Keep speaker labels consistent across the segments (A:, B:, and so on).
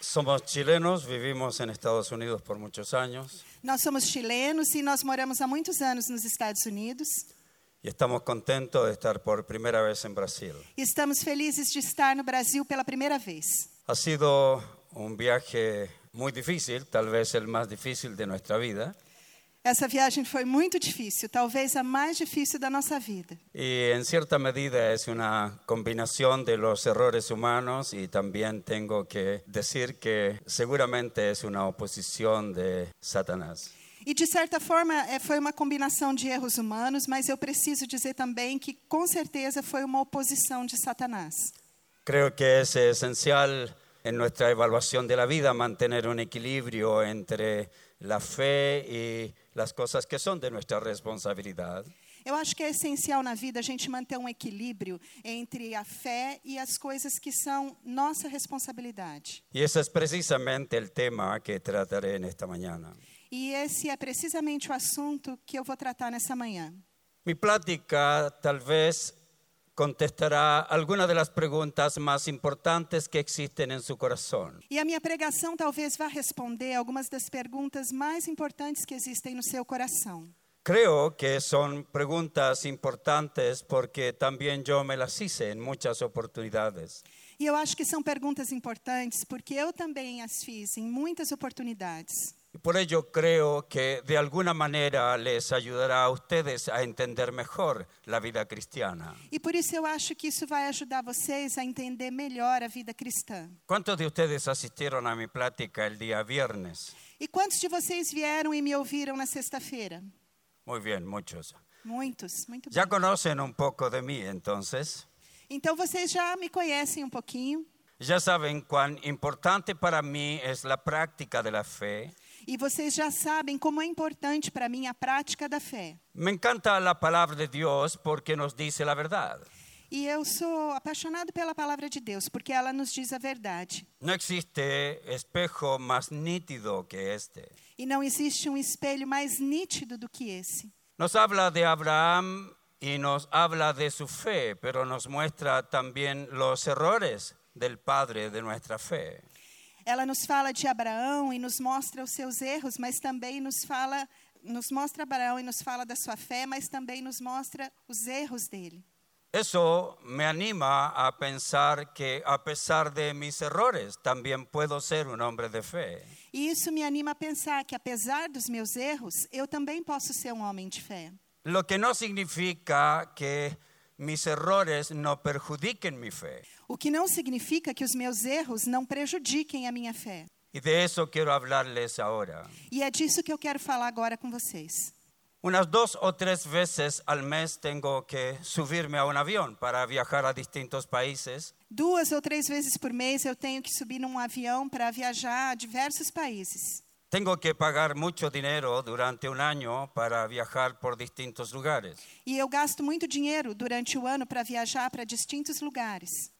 A: Somos chilenos, vivimos en Estados Unidos por muchos años
B: Nós somos chilenos e nós moramos há muitos anos nos Estados Unidos.
A: y estamos contentos de estar por primera vez en Brasil.
B: E estamos felizes de estar no Brasil pela primeira vez.
A: Ha sido un viaje muy difícil, tal vez el más difícil de nuestra vida,
B: Essa viagem foi muito difícil, talvez a mais difícil da nossa vida.
A: y en cierta medida es una combinación de los errores humanos y también tengo que decir que seguramente es una oposición de Satanás.
B: E de certa forma eh, foi uma combinação de erros humanos, mas eu preciso dizer também que com certeza foi uma oposição de Satanás.
A: Creo que es esencial en nuestra evaluación de la vida mantener un equilibrio entre la fe y las cosas que son de nuestra responsabilidad.
B: Eu acho que é essencial na vida a gente manter um equilíbrio entre a fé e as coisas que são nossa responsabilidade.
A: Y ese es precisamente el tema que trataré en esta mañana.
B: E esse é precisamente o assunto que eu vou tratar nessa manhã.
A: Mi plática tal vez contestará algunas de las preguntas más importantes que existen en su corazón.
B: E a minha pregação talvez vá responder algumas das perguntas mais importantes que existem no seu coração.
A: Creo que son preguntas importantes porque también yo me las hice en muchas oportunidades.
B: E eu acho que são perguntas importantes porque eu também as fiz em muitas oportunidades.
A: Y por ello creo que de alguna manera les ayudará a ustedes a entender mejor la vida cristiana.
B: E por isso eu acho que isso vai ajudar vocês a entender melhor a vida cristã.
A: ¿Cuántos de ustedes asistieron a mi plática el día viernes?
B: E quantos de vocês vieram e me ouviram na sexta-feira?
A: Muy bien, muchos.
B: Muitos, muito bem.
A: Ya conocen un poco de mí entonces.
B: Então vocês já me conhecem um pouquinho
A: Ya saben cuán importante para mí es la práctica de la fe.
B: e vocês já sabem como é importante para mim a prática da fé.
A: Me encanta la palabra de Dios porque nos dice la verdad.
B: E eu sou apaixonado pela palavra de Deus, porque ela nos diz a verdade.
A: No existe espejo más nítido que este.
B: E não existe um espelho mais nítido do que esse.
A: Nos habla de Abraham y nos habla de su fe, pero nos muestra también los errores del padre de nuestra fe.
B: Ela nos fala de Abraão e nos mostra os seus erros, mas também nos fala, nos mostra Abraão e nos fala da sua fé, mas também nos mostra os erros dele.
A: Eso me anima a pensar que a pesar de mis errores, también puedo ser un hombre de fe.
B: E isso me anima a pensar que apesar dos meus erros, eu também posso ser um homem de fé.
A: Lo que no significa que mis errores no perjudiquen mi fe.
B: O que não significa que os meus erros não prejudiquem a minha fé.
A: Y de eso quiero hablarles ahora.
B: E é disso que eu quero falar agora com vocês.
A: Unas dos o tres veces al mes tengo que subirme a un avión para viajar a distintos países.
B: Duas ou três vezes por mês eu tenho que subir num avião para viajar a diversos países.
A: Tengo que pagar mucho dinero durante un año para viajar por distintos lugares.
B: E eu gasto muito dinheiro durante o ano para viajar para distintos lugares.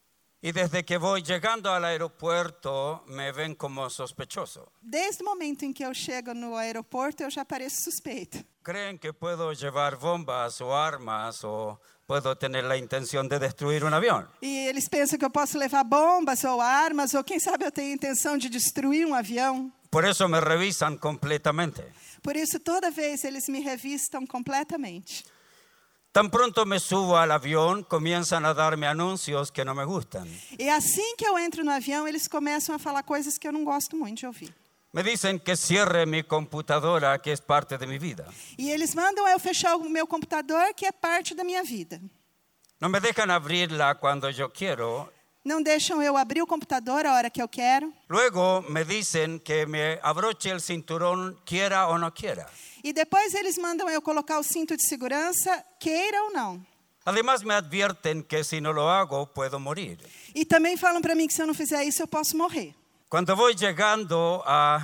A: Y desde que voy llegando al aeropuerto me ven como sospechoso.
B: Desde o momento em que eu chego no aeroporto, eu já pareço suspeito.
A: Creen que puedo llevar bombas o armas o puedo tener la intención de destruir un avión.
B: E eles pensam que eu posso levar bombas ou armas, ou quem sabe eu tenho a intenção de destruir um avião.
A: Por eso me revisan completamente.
B: Por isso, toda vez eles me revistam completamente.
A: Tan pronto me subo al avión comienzan a darme anuncios que no me gustan.
B: E assim que eu entro no avião, eles começam a falar coisas que eu não gosto muito de ouvir.
A: Me dicen que cierre mi computadora que es parte de mi vida.
B: E eles mandam eu fechar o meu computador, que é parte da minha vida.
A: No me dejan abrirla cuando yo quiero.
B: Não deixam eu abrir o computador a hora que eu quero.
A: Luego me dicen que me abroche el cinturón quiera o no quiera.
B: E depois eles mandam eu colocar o cinto de segurança, queira ou não.
A: Además me advierten que si no lo hago puedo morir.
B: E também falam para mim que se eu não fizer isso, eu posso morrer.
A: Cuando voy llegando a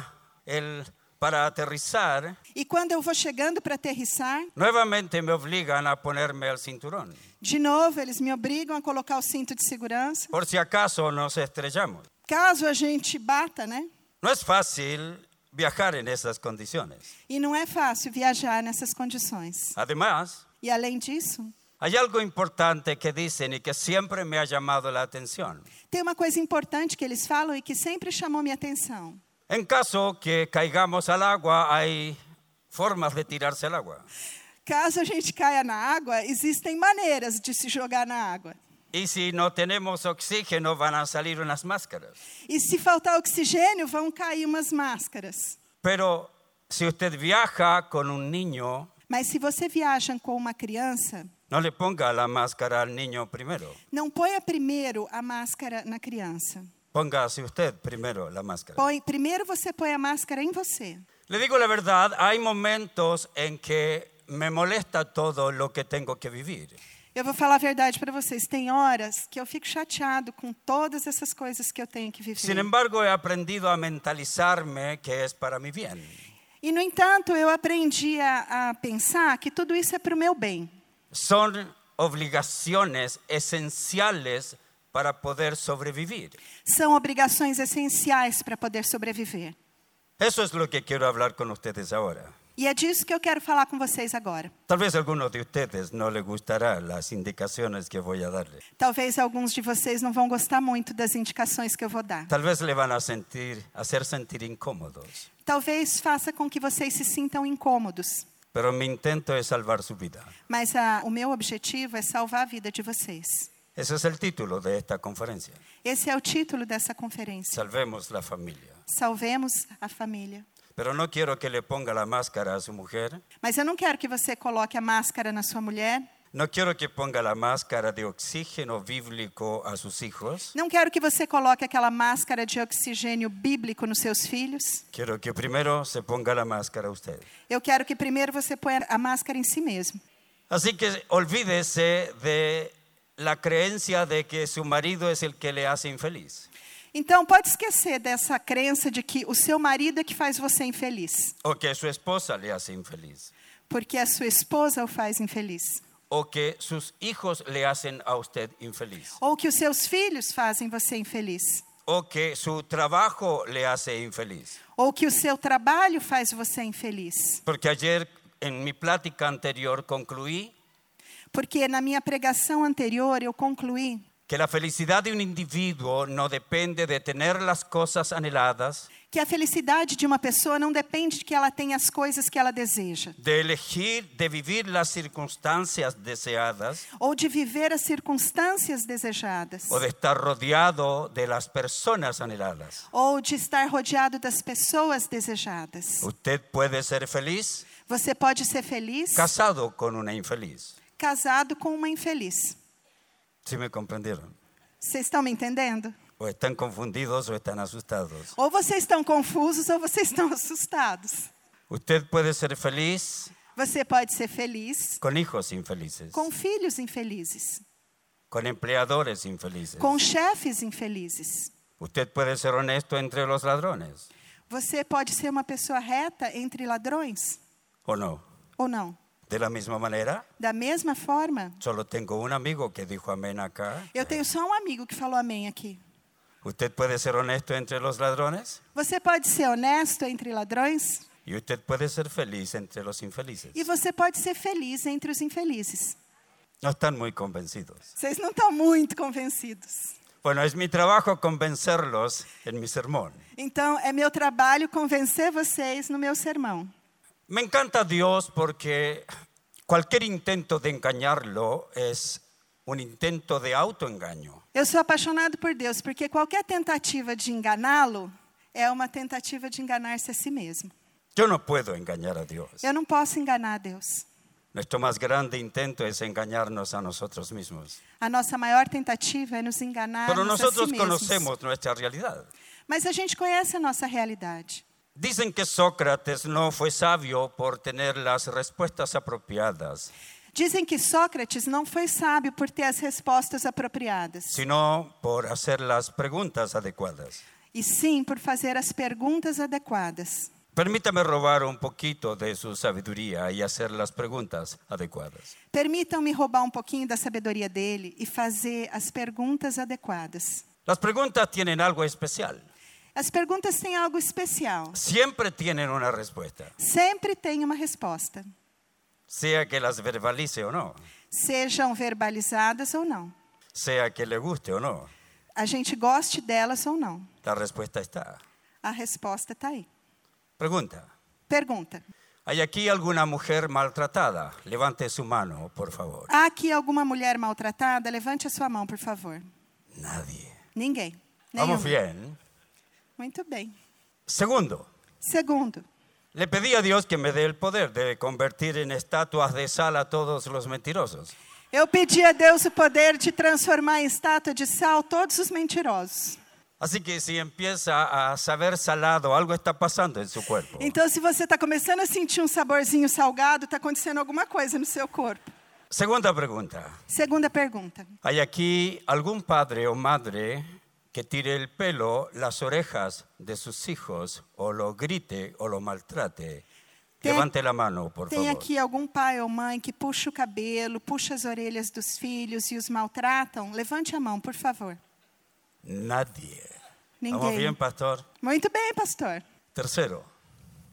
A: el, para aterrizar,
B: E quando eu vou chegando para aterrissar,
A: nuevamente me obligan a ponerme el cinturón,
B: de novo eles me obrigam a colocar o cinto de segurança,
A: por si acaso nos estrellamos.
B: caso a gente bata, né?
A: No es fácil viajar en esas condiciones.
B: E não é fácil viajar nessas condições.
A: Además,
B: E além disso,
A: Hay algo importante que dicen y que siempre me ha llamado la atención.
B: Tem uma coisa importante que eles falam e que sempre chamou minha atenção.
A: En caso que caigamos al agua, hay formas de tirarse al agua.
B: Caso a gente caia na água, existem maneiras de se jogar na água.
A: Y si no tenemos oxígeno, van a salir unas máscaras.
B: E se faltar oxigênio, vão cair umas máscaras.
A: Pero si usted viaja con un niño,
B: Mas se você viaja com uma criança,
A: no le ponga la máscara al niño primero.
B: não ponha primeiro a máscara na criança.
A: Póngase usted primero la máscara.
B: Põe, primeiro você põe a máscara em você.
A: Le digo la verdad, hay momentos en que me molesta todo lo que tengo que vivir.
B: Eu vou falar a verdade para vocês. Tem horas que eu fico chateado com todas essas coisas que eu tenho que viver.
A: Sin embargo, he aprendido a mentalizarme que es para mi bien.
B: E, no entanto, eu aprendi a, a pensar que tudo isso é para o meu bem.
A: Son obligaciones esenciales para poder sobrevivir.
B: São obrigações essenciais para poder sobreviver.
A: Eso es lo que quiero hablar con ustedes ahora.
B: E é disso que eu quero falar com vocês agora.
A: Tal vez a algunos de ustedes no les gustará las indicaciones que voy a darles.
B: Talvez alguns de vocês não vão gostar muito das indicações que eu vou dar.
A: Tal vez le van a sentir, hacer sentir incómodos.
B: Talvez faça com que vocês se sintam incômodos,
A: Pero mi intento es salvar su vida.
B: mas a, o meu objetivo é salvar a vida de vocês.
A: Ese es el título de esta conferencia.
B: Esse é o título dessa conferência.
A: Salvemos la familia.
B: Salvemos a família.
A: Pero no quiero que le ponga la máscara a su mujer.
B: Mas eu não quero que você coloque a máscara na sua mulher.
A: No quiero que ponga la máscara de oxígeno bíblico a sus hijos.
B: Não quero que você coloque aquela máscara de oxigênio bíblico nos seus filhos.
A: Quiero que primero se ponga la máscara usted.
B: Eu quero que primeiro você ponha a máscara em si mesmo.
A: Así que olvídese de la creencia de que su marido es el que le hace infeliz
B: Então, pode esquecer dessa crença de que o seu marido é que faz você infeliz,
A: o que su esposa le hace infeliz
B: porque a sua esposa o faz infeliz,
A: o que sus hijos le hacen a usted infeliz
B: ou que os seus filhos fazem você infeliz,
A: o que su trabajo le hace infeliz.
B: ou que o seu trabalho faz você infeliz.
A: Porque ayer en mi plática anterior concluí
B: Porque na minha pregação anterior eu concluí
A: que la felicidad de un individuo no depende de tener las cosas anheladas,
B: que a felicidade de uma pessoa não depende de que ela tenha as coisas que ela deseja.
A: de elegir, de vivir las circunstancias deseadas
B: ou de viver as circunstâncias desejadas,
A: o de estar rodeado de las personas anheladas.
B: ou de estar rodeado das pessoas desejadas.
A: Usted puede ser feliz
B: Você pode ser feliz
A: casado con una infeliz.
B: casado com uma infeliz.
A: ¿Sí me comprendieron?
B: Vocês estão me entendendo?
A: O están confundidos o están asustados.
B: Ou vocês estão confusos ou vocês estão assustados.
A: Usted puede ser feliz
B: Você pode ser feliz
A: con hijos infelices,
B: com filhos infelizes,
A: con empleadores infelices.
B: com chefes infelizes.
A: Usted puede ser honesto entre los ladrones,
B: Você pode ser uma pessoa reta entre ladrões
A: ¿o no?
B: ou não.
A: De la misma manera,
B: Da mesma forma,
A: solo tengo un amigo que dijo amén acá.
B: eu tenho só um amigo que falou amém aqui.
A: Usted puede ser honesto entre los ladrones
B: Você pode ser honesto entre ladrões
A: y usted puede ser feliz entre los infelices.
B: e você pode ser feliz entre os infelizes.
A: No están muy convencidos.
B: Vocês não estão muito convencidos.
A: Bueno, es mi trabajo convencerlos en mi sermón.
B: Então, é meu trabalho convencer vocês no meu sermão.
A: Me encanta Dios porque cualquier intento de engañarlo es un intento de autoengaño.
B: Eu sou apaixonado por Deus, porque qualquer tentativa de enganá-lo é uma tentativa de enganar-se a si mesmo.
A: Yo no puedo engañar a Dios.
B: Eu não posso enganar a Deus.
A: Nuestro más grande intento es engañarnos a nosotros mismos.
B: A nossa maior tentativa é nos enganar
A: Pero
B: a si
A: nosotros
B: mesmos.
A: conocemos nuestra realidad.
B: Mas a gente conhece a nossa realidade.
A: Dicen que Sócrates no fue sabio por tener las respuestas apropiadas,
B: Dizem que Sócrates não foi sábio por ter as respostas apropriadas.
A: sino por hacer las preguntas adecuadas.
B: E sim, por fazer as perguntas adequadas.
A: Permítame robar un poquito de su sabiduría y hacer las preguntas adecuadas.
B: Permitam-me roubar um pouquinho da sabedoria dele e fazer as perguntas adequadas.
A: Las preguntas tienen algo especial.
B: As perguntas têm algo especial.
A: Siempre tienen una respuesta,
B: Sempre tem uma resposta,
A: sea que las verbalice o no.
B: sejam verbalizadas ou não.
A: sea que le guste o no.
B: A gente goste delas ou não.
A: La respuesta está.
B: A resposta está aí.
A: Pregunta.
B: Pergunta:
A: ¿Hay aquí alguna mujer maltratada? Levante su mano, por favor.
B: Há aqui alguma mulher maltratada? Levante a sua mão, por favor.
A: Nadie.
B: Ninguém.
A: Vamos
B: Nenhum.
A: bien.
B: Muito bem.
A: Segundo,
B: Segundo,
A: le pedí a Dios que me dé el poder de convertir en estatuas de sal a todos los mentirosos.
B: eu pedi a Deus o poder de transformar em estátua de sal todos os mentirosos.
A: Así que si empieza a saber salado, algo está pasando en su cuerpo.
B: Então, se você está começando a sentir um saborzinho salgado, está acontecendo alguma coisa no seu corpo.
A: Segunda pregunta.
B: Segunda pergunta:
A: ¿Hay aquí algún padre o madre que tire el pelo, las orejas de sus hijos o lo grite o lo maltrate?
B: Tem-
A: Levante la mano, por
B: Tem
A: favor.
B: aqui algum pai ou mãe que puxa o cabelo, puxa as orelhas dos filhos e os maltratam? Levante a mão, por
A: Tá
B: favor.
A: Nadie. ¿Estamos
B: Ninguém.
A: bien, pastor?
B: Muito bem, pastor.
A: Tercero,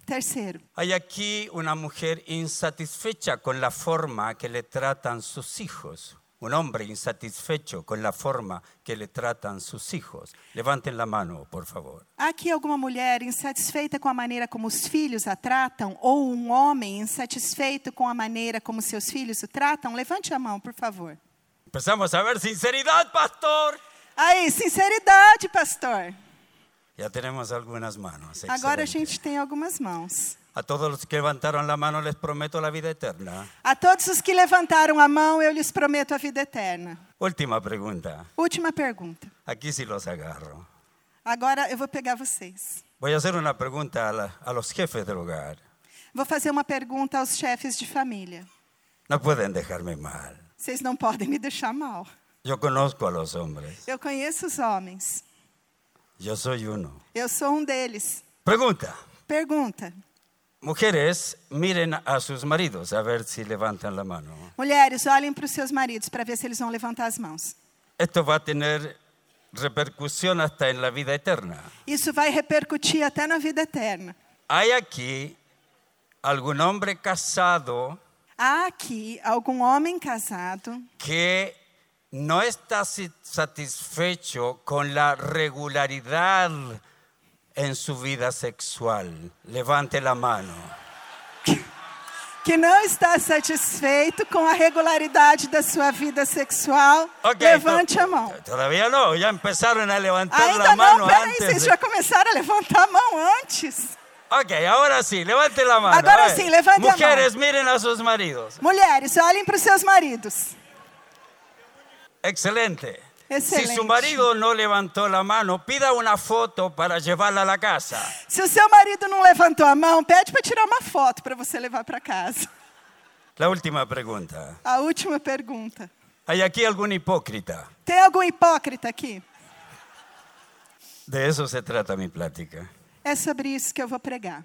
B: Terceiro,
A: hay aquí una mujer insatisfecha con la forma que le tratan sus hijos. Un hombre insatisfecho con la forma que le tratan sus hijos. Levanten la mano, por favor.
B: há aqui alguma mulher insatisfeita com a maneira como os filhos a tratam? Ou um homem insatisfeito com a maneira como seus filhos o tratam? Levante a mão, por favor.
A: Empezamos a ver sinceridad, pastor.
B: Aí, sinceridade, pastor.
A: Ya tenemos algunas manos.
B: Agora a
A: excelente.
B: gente tem algumas mãos.
A: A todos los que levantaron la mano les prometo la vida eterna.
B: A todos os que levantaram a mão, eu lhes prometo a vida eterna.
A: Última pregunta.
B: Última pergunta.
A: Aquí sí los agarro.
B: Agora eu vou pegar vocês.
A: Voy a hacer una pregunta a, la- a los jefes del hogar.
B: Vou fazer uma pergunta aos chefes de família.
A: No pueden dejarme mal.
B: Vocês não podem me deixar mal.
A: Yo conozco a los hombres.
B: Eu conheço os homens.
A: Yo soy uno.
B: Eu sou um deles.
A: Pregunta.
B: Pergunta.
A: Mujeres, miren a sus maridos a ver si levantan la mano.
B: Mulheres, olhem para os seus maridos para ver se eles vão levantar as mãos.
A: Esto va a tener repercusión hasta en la vida eterna.
B: Isso vai repercutir até na vida eterna.
A: ¿Hay aquí algún hombre casado
B: Há aqui algum homem casado
A: que no está si- satisfecho con la regularidad en su vida sexual. Levante la mano.
B: que não está satisfeito com a regularidade da sua vida sexual?
A: Ok, então, tá
B: Levante
A: to-
B: a mão.
A: Todavía no, ya empezaron a levantar
B: Ainda
A: la
B: não,
A: mano
B: peraí,
A: antes.
B: vocês
A: de-
B: já começaram a levantar a mão antes?
A: Ok, ahora sí, levante la mano.
B: Ahora
A: a ver.
B: sí, levante la
A: Mujeres, miren a sus maridos.
B: Mulheres, olhem para os seus maridos.
A: Excelente. Si
B: Excelente.
A: su marido no levantó la mano, pida una foto para llevarla a la casa.
B: Se o seu marido não levantou a mão, pede para tirar uma foto para você levar para casa.
A: La última pregunta.
B: A última pergunta.
A: ¿Hay aquí algún hipócrita?
B: Tem algum hipócrita aqui?
A: De eso se trata mi plática.
B: É sobre isso que eu vou pregar.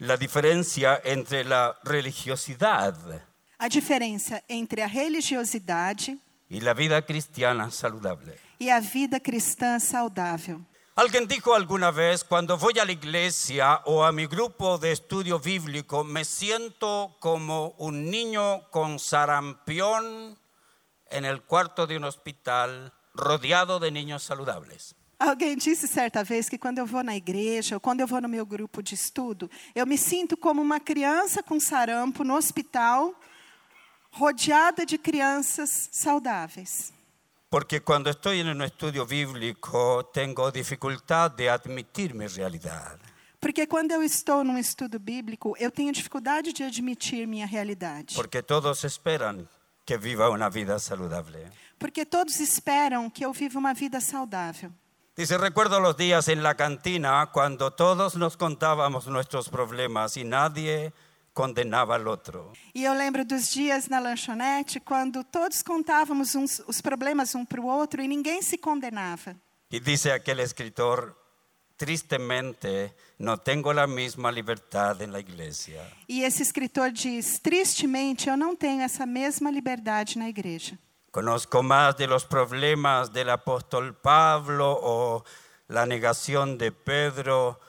A: La diferencia entre la religiosidad
B: A diferença entre a religiosidade
A: y la vida cristiana saludable.
B: e a vida cristã saudável.
A: Alguien dijo alguna vez, cuando voy a la iglesia o a mi grupo de estudio bíblico, me siento como un niño con sarampión en el cuarto de un hospital rodeado de niños saludables.
B: Alguém disse certa vez que quando eu vou na igreja ou quando eu vou no meu grupo de estudo, eu me sinto como uma criança com sarampo no hospital, rodeada de crianças saudáveis.
A: Porque cuando estoy en un estudio bíblico tengo dificultad de admitir mi realidad.
B: Porque quando eu estou num estudo bíblico, eu tenho dificuldade de admitir minha realidade.
A: Porque todos esperan que viva una vida saludable.
B: Porque todos esperam que eu viva uma vida saudável.
A: Dice, recuerdo los días en la cantina cuando todos nos contábamos nuestros problemas y nadie condenaba al otro.
B: E eu lembro dos dias na lanchonete quando todos contávamos uns, os problemas um para o outro e ninguém se condenava.
A: Y dice aquel escritor, tristemente no tengo la misma libertad en la iglesia.
B: E esse escritor diz: Tristemente, eu não tenho essa mesma liberdade na igreja.
A: Conozco más de los problemas del apóstol Pablo o la negación de Pedro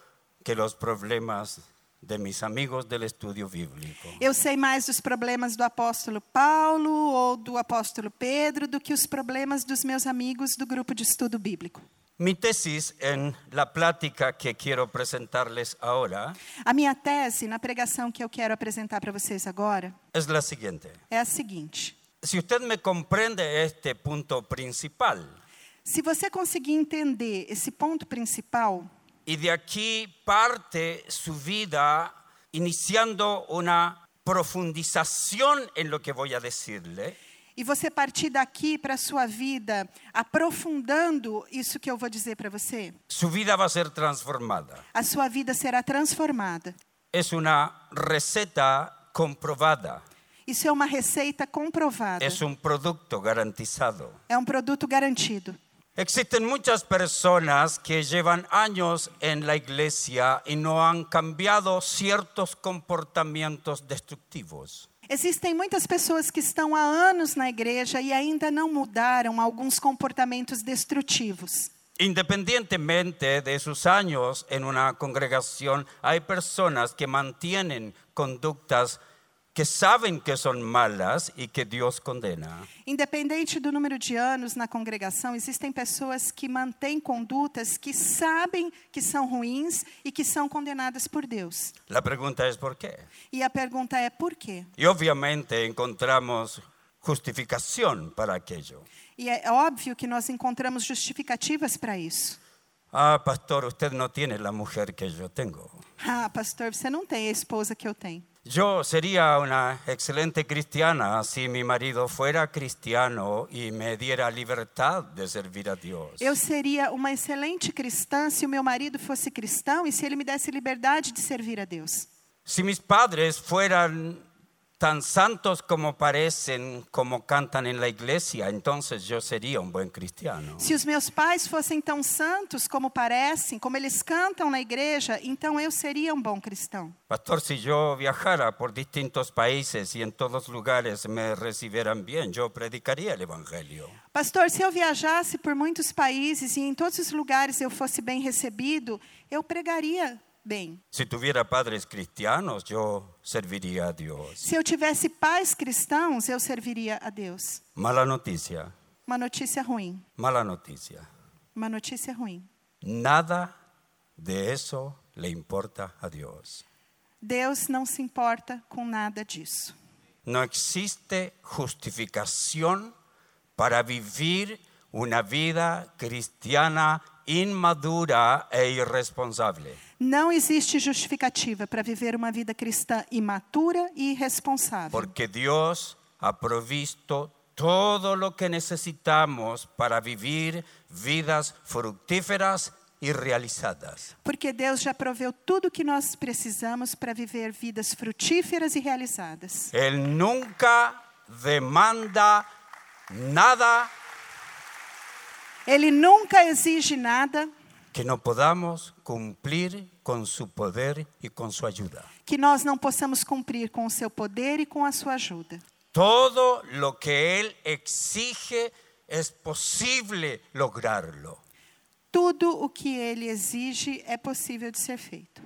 A: que los problemas de mis amigos del estudio bíblico.
B: Eu sei mais dos problemas do apóstolo Paulo ou do apóstolo Pedro do que os problemas dos meus amigos do grupo de estudo bíblico.
A: Mi tesis en la plática que quiero presentarles ahora
B: A minha tese na pregação que eu quero apresentar para vocês agora
A: es la siguiente.
B: é a seguinte:
A: Si usted me comprende este punto principal,
B: se você conseguir entender esse ponto principal,
A: Y de aquí parte su vida iniciando una profundización en lo que voy a decirle.
B: e você partir daqui para a sua vida aprofundando isso que eu vou dizer para você,
A: Su vida va a ser transformada.
B: a sua vida será transformada.
A: Es una receta comprobada.
B: Isso é uma receita comprovada.
A: Es un producto garantizado.
B: É um produto garantido.
A: Existen muchas personas que llevan años en la iglesia y no han cambiado ciertos comportamientos destructivos.
B: Existem muitas pessoas que estão há anos na igreja e ainda não mudaram alguns comportamentos destrutivos.
A: Independientemente de sus años en una congregación, hay personas que mantienen conductas que saben que son malas y que Dios condena.
B: Independente do número de anos na congregação, existem pessoas que mantêm condutas que sabem que são ruins e que são condenadas por Deus.
A: La pregunta es por qué.
B: E a pergunta é por quê?
A: Y obviamente encontramos justificación para aquello.
B: E é óbvio que nós encontramos justificativas para isso.
A: Ah, pastor, usted no tiene la mujer que yo tengo.
B: Ah, pastor, você não tem a esposa que eu tenho.
A: Yo sería una excelente cristiana si mi marido fuera cristiano y me diera libertad de servir a Dios.
B: Eu seria uma excelente cristã se o meu marido fosse cristão e se ele me desse liberdade de servir a Deus.
A: Si mis padres fueran tan santos como parecen, como cantan en la iglesia, entonces yo sería un buen cristiano.
B: Se os meus pais fossem tão santos como parecem, como eles cantam na igreja, então eu seria um bom cristão.
A: Pastor, si yo viajara por distintos países y en todos lugares me recibieran bien, yo predicaría el Evangelio.
B: Pastor, se eu viajasse por muitos países e em todos os lugares eu fosse bem recebido, eu pregaria bem.
A: Si tuviera padres cristianos, yo serviría a Dios.
B: Se eu tivesse pais cristãos, eu serviria a Deus.
A: Mala noticia,
B: Uma notícia ruim.
A: mala noticia.
B: Uma notícia ruim.
A: Nada de eso le importa a Dios.
B: Deus não se importa com nada disso.
A: No existe justificación para vivir una vida cristiana inmadura e irresponsable.
B: Não existe justificativa para viver uma vida cristã imatura e irresponsável.
A: Porque Dios ha provisto todo lo que necesitamos para vivir vidas fructíferas y realizadas.
B: Porque Deus já proveu tudo o que nós precisamos para viver vidas frutíferas e realizadas.
A: Él nunca demanda nada
B: Ele nunca exige nada
A: que no podamos cumplir con su poder y con su ayuda.
B: que nós não possamos cumprir com o seu poder e com a sua ajuda.
A: Todo lo que Él exige es posible lograrlo.
B: Tudo o que ele exige é possível de ser feito.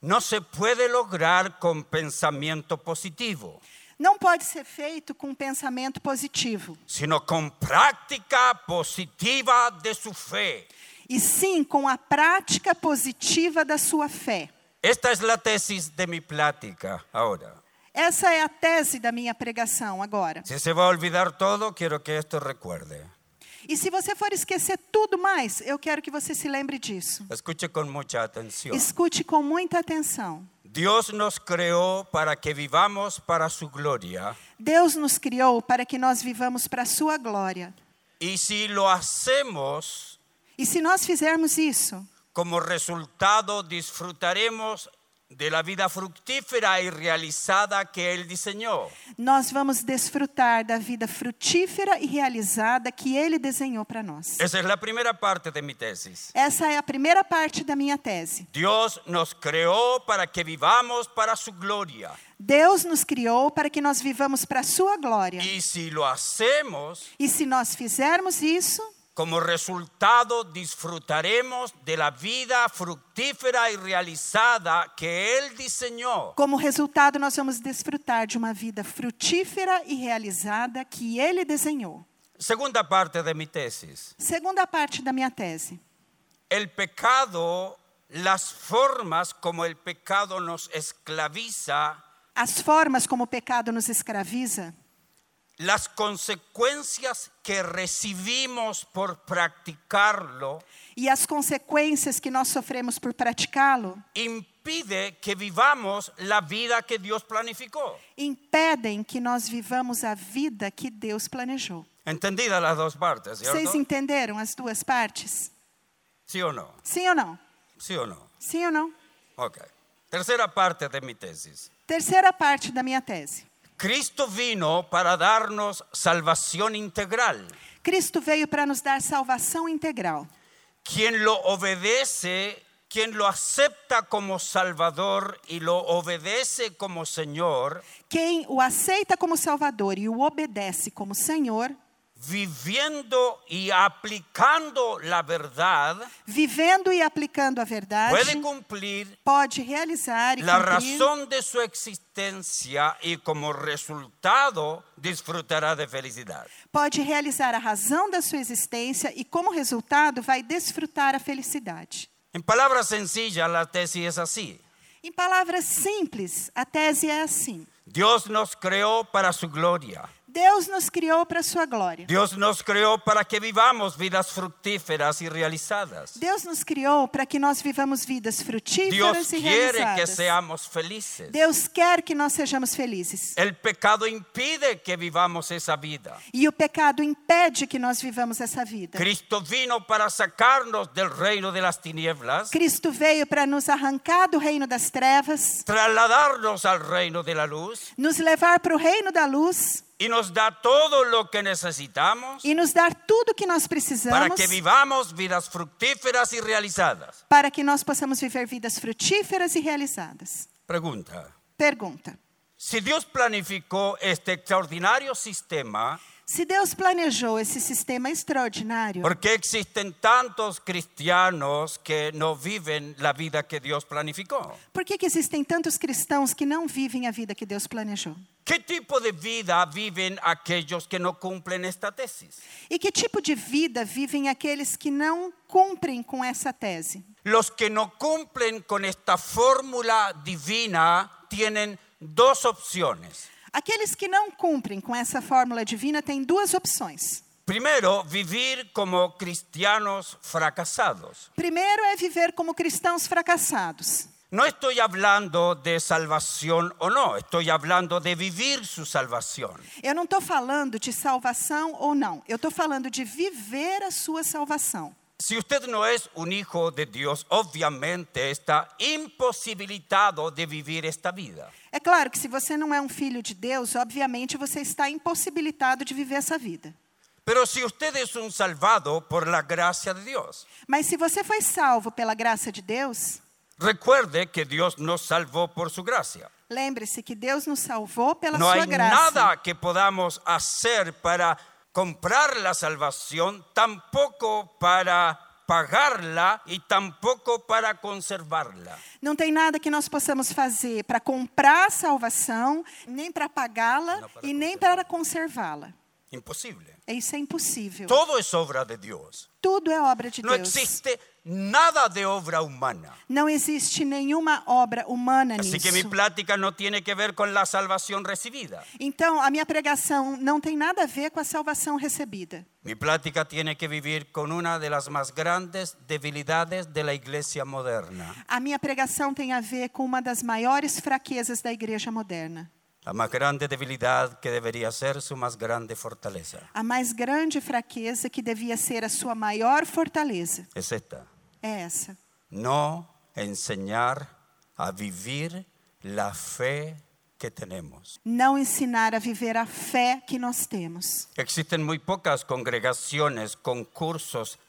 A: No se puede lograr con pensamiento positivo,
B: Não pode ser feito com um pensamento positivo,
A: sino con práctica positiva de su fe.
B: e sim com a prática positiva da sua fé.
A: Esta es la tesis de mi plática ahora.
B: Essa é a tese da minha pregação agora.
A: Si se va a olvidar todo, quiero que esto recuerde.
B: E se você for esquecer tudo mais, eu quero que você se lembre disso.
A: Escuche con mucha atención.
B: Escute com muita atenção.
A: Dios nos creó para que vivamos para su gloria.
B: Deus nos criou para que nós vivamos para a sua glória.
A: Y si lo hacemos,
B: E se nós fizermos isso,
A: Como resultado disfrutaremos de la vida fructífera y realizada que Él diseñó.
B: nós vamos desfrutar da vida frutífera e realizada que ele desenhou para nós.
A: Esa es la primera parte de mi tesis.
B: Essa é a primeira parte da minha tese.
A: Dios nos creó para que vivamos para su gloria.
B: Deus nos criou para que nós vivamos para a sua glória.
A: Y si lo hacemos,
B: E se nós fizermos isso,
A: Como resultado disfrutaremos de la vida fructífera y realizada que Él diseñó.
B: Como resultado, nós vamos desfrutar de uma vida frutífera e realizada que ele desenhou.
A: Segunda parte de mi tesis.
B: Segunda parte da minha tese.
A: El pecado, las formas como el pecado nos esclaviza,
B: As formas como o pecado nos escraviza,
A: las consecuencias que recibimos por practicarlo,
B: e as consequências que nós sofremos por praticá-lo
A: impide que vivamos la vida que Dios planificó.
B: impedem que nós vivamos a vida que Deus planejou.
A: Entendidas las dos partes,
B: Vocês
A: ¿cierto?
B: entenderam as duas partes?
A: ¿Sí o no?
B: Sim ou não?
A: ¿Sí o no?
B: Sim ou não?
A: Ok. Tercera parte de mi tesis.
B: Terceira parte da minha tese.
A: Cristo vino para darnos salvación integral.
B: Cristo veio para nos dar salvação integral.
A: Quien lo obedece, quien lo acepta como Salvador y lo obedece como Señor,
B: Quem o aceita como Salvador e o obedece como Senhor,
A: viviendo y aplicando la verdad,
B: vivendo e aplicando a verdade,
A: puede cumplir
B: pode realizar e
A: la
B: cumprir
A: razón de su existencia y como resultado disfrutará de felicidad.
B: pode realizar a razão da sua existência e, como resultado, vai desfrutar a felicidade.
A: En palabras sencillas, la tesis es así.
B: Em palavras simples, a tese é assim:
A: Dios nos creó para su gloria.
B: Deus nos criou para a sua glória.
A: Dios nos creó para que vivamos vidas fructíferas y realizadas.
B: Deus nos criou para que nós vivamos vidas frutíferas
A: Dios
B: e
A: quiere que
B: realizadas.
A: seamos felices.
B: Deus quer que nós sejamos felizes.
A: El pecado impide que vivamos esa vida.
B: E o pecado impede que nós vivamos essa vida.
A: Cristo vino para sacarnos del reino de las tinieblas,
B: Cristo veio para nos arrancar do reino das trevas,
A: trasladarnos al reino de la luz
B: nos levar para o reino da luz
A: y nos da todo lo que necesitamos
B: e nos dar tudo o que
A: para
B: nós precisamos
A: que vivamos vidas fructíferas y realizadas.
B: para que nós possamos viver vidas frutíferas e realizadas.
A: Pregunta.
B: Pergunta:
A: Si Dios planificó este extraordinario sistema,
B: Se Deus planejou esse sistema extraordinário,
A: ¿Por qué existen tantos cristianos que no viven la vida que Dios planificó?
B: por que, que existem tantos cristãos que não vivem a vida que Deus planejou?
A: ¿Qué tipo de vida viven aquellos que no cumplen esta tesis?
B: E que tipo de vida vivem aqueles que não cumprem com essa tese?
A: Los que no cumplen con esta fórmula divina tienen dos opciones.
B: Aqueles que não cumprem com essa fórmula divina têm duas opções.
A: Primero, vivir como cristianos fracasados.
B: Primeiro é viver como cristãos fracassados.
A: No estoy hablando de salvación o no, estoy hablando de vivir su salvación.
B: Eu não estou falando de salvação ou não. Eu estou falando de viver a sua salvação.
A: Si usted no es un hijo de Dios, obviamente está imposibilitado de vivir esta vida.
B: É claro que se você não é um filho de Deus, obviamente você está impossibilitado de viver essa vida.
A: Pero si usted es un salvado por la gracia de Dios,
B: Mas se você foi salvo pela graça de Deus,
A: recuerde que Dios nos salvó por su gracia.
B: lembre-se que Deus nos salvou pela
A: No
B: sua
A: hay
B: graça.
A: nada que podamos hacer para comprar la salvación, tampoco para pagarla y tampoco para conservarla.
B: Não tem nada que nós possamos fazer para comprar a salvação, nem para pagá-la
A: Não para
B: e nem para conservá-la.
A: Imposible.
B: Isso é impossível.
A: Todo es obra de Dios.
B: Tudo é obra de
A: No
B: Deus.
A: existe nada de obra humana.
B: Não existe nenhuma obra humana
A: Así
B: nisso.
A: Assim que mi plática no tiene que ver con la salvación recibida.
B: Então, a minha pregação não tem nada a ver com a salvação recebida.
A: Mi plática tiene que vivir con una de las más grandes debilidades de la iglesia moderna.
B: A minha pregação tem a ver com uma das maiores fraquezas da igreja moderna.
A: La más grande debilidad que debería ser su más grande fortaleza.
B: A mais grande fraqueza que devia ser a sua maior fortaleza
A: Es esta.
B: é essa:
A: No enseñar a vivir la fe que tenemos.
B: não ensinar a viver a fé que nós temos.
A: Existen muy pocas congregaciones con cursos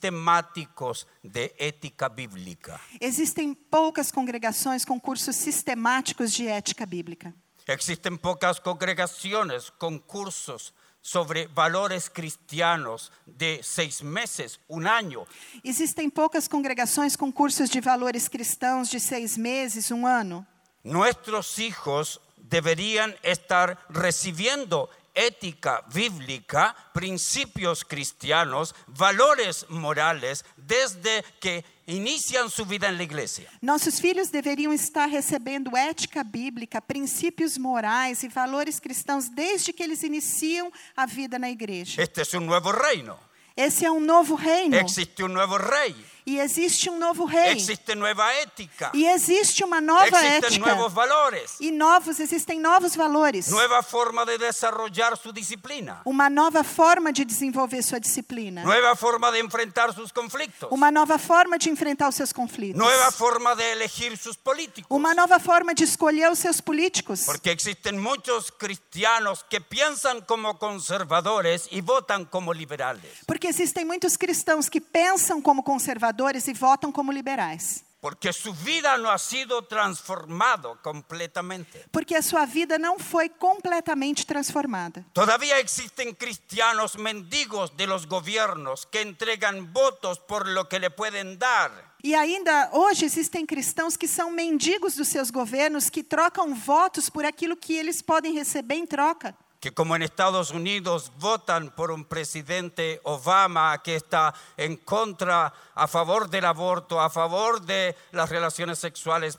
A: sistemáticos de ética bíblica.
B: Existem poucas congregações com cursos sistemáticos de ética bíblica.
A: Existen pocas congregaciones con cursos sobre valores cristianos de seis meses, un año.
B: Existem poucas congregações com cursos de valores cristãos de seis meses, um ano.
A: Nuestros hijos deberían estar recibiendo ética bíblica, principios cristianos, valores morales desde que inician su vida en la iglesia.
B: Nossos filhos deveriam estar recebendo ética bíblica, princípios morais e valores cristãos desde que eles iniciam a vida na igreja.
A: Este es un nuevo reino.
B: Esse é um novo reino
A: Existe un nuevo rey.
B: e existe um novo rei
A: Existe nueva ética.
B: e existe uma nova
A: Existen
B: ética
A: nuevos valores.
B: e novos existem novos valores,
A: Nueva forma de desarrollar su disciplina.
B: uma nova forma de desenvolver sua disciplina,
A: Nueva forma de enfrentar sus conflictos.
B: uma nova forma de enfrentar os seus conflitos,
A: Nueva é forma de elegir sus políticos.
B: uma nova forma de escolher os seus políticos.
A: Porque existen muchos cristianos que piensan como conservadores y votan como liberales.
B: Porque existem muitos cristãos que pensam como conservadores e votam como liberais.
A: Porque su vida no ha sido transformado completamente.
B: Porque a sua vida não foi completamente transformada.
A: Todavía existen cristianos mendigos de los gobiernos que entregan votos por lo que le pueden dar.
B: E ainda hoje existem cristãos que são mendigos dos seus governos, que trocam votos por aquilo que eles podem receber em troca.
A: Que como en Estados Unidos votan por un presidente Obama que está en contra, a favor del aborto, a favor de las relaciones sexuales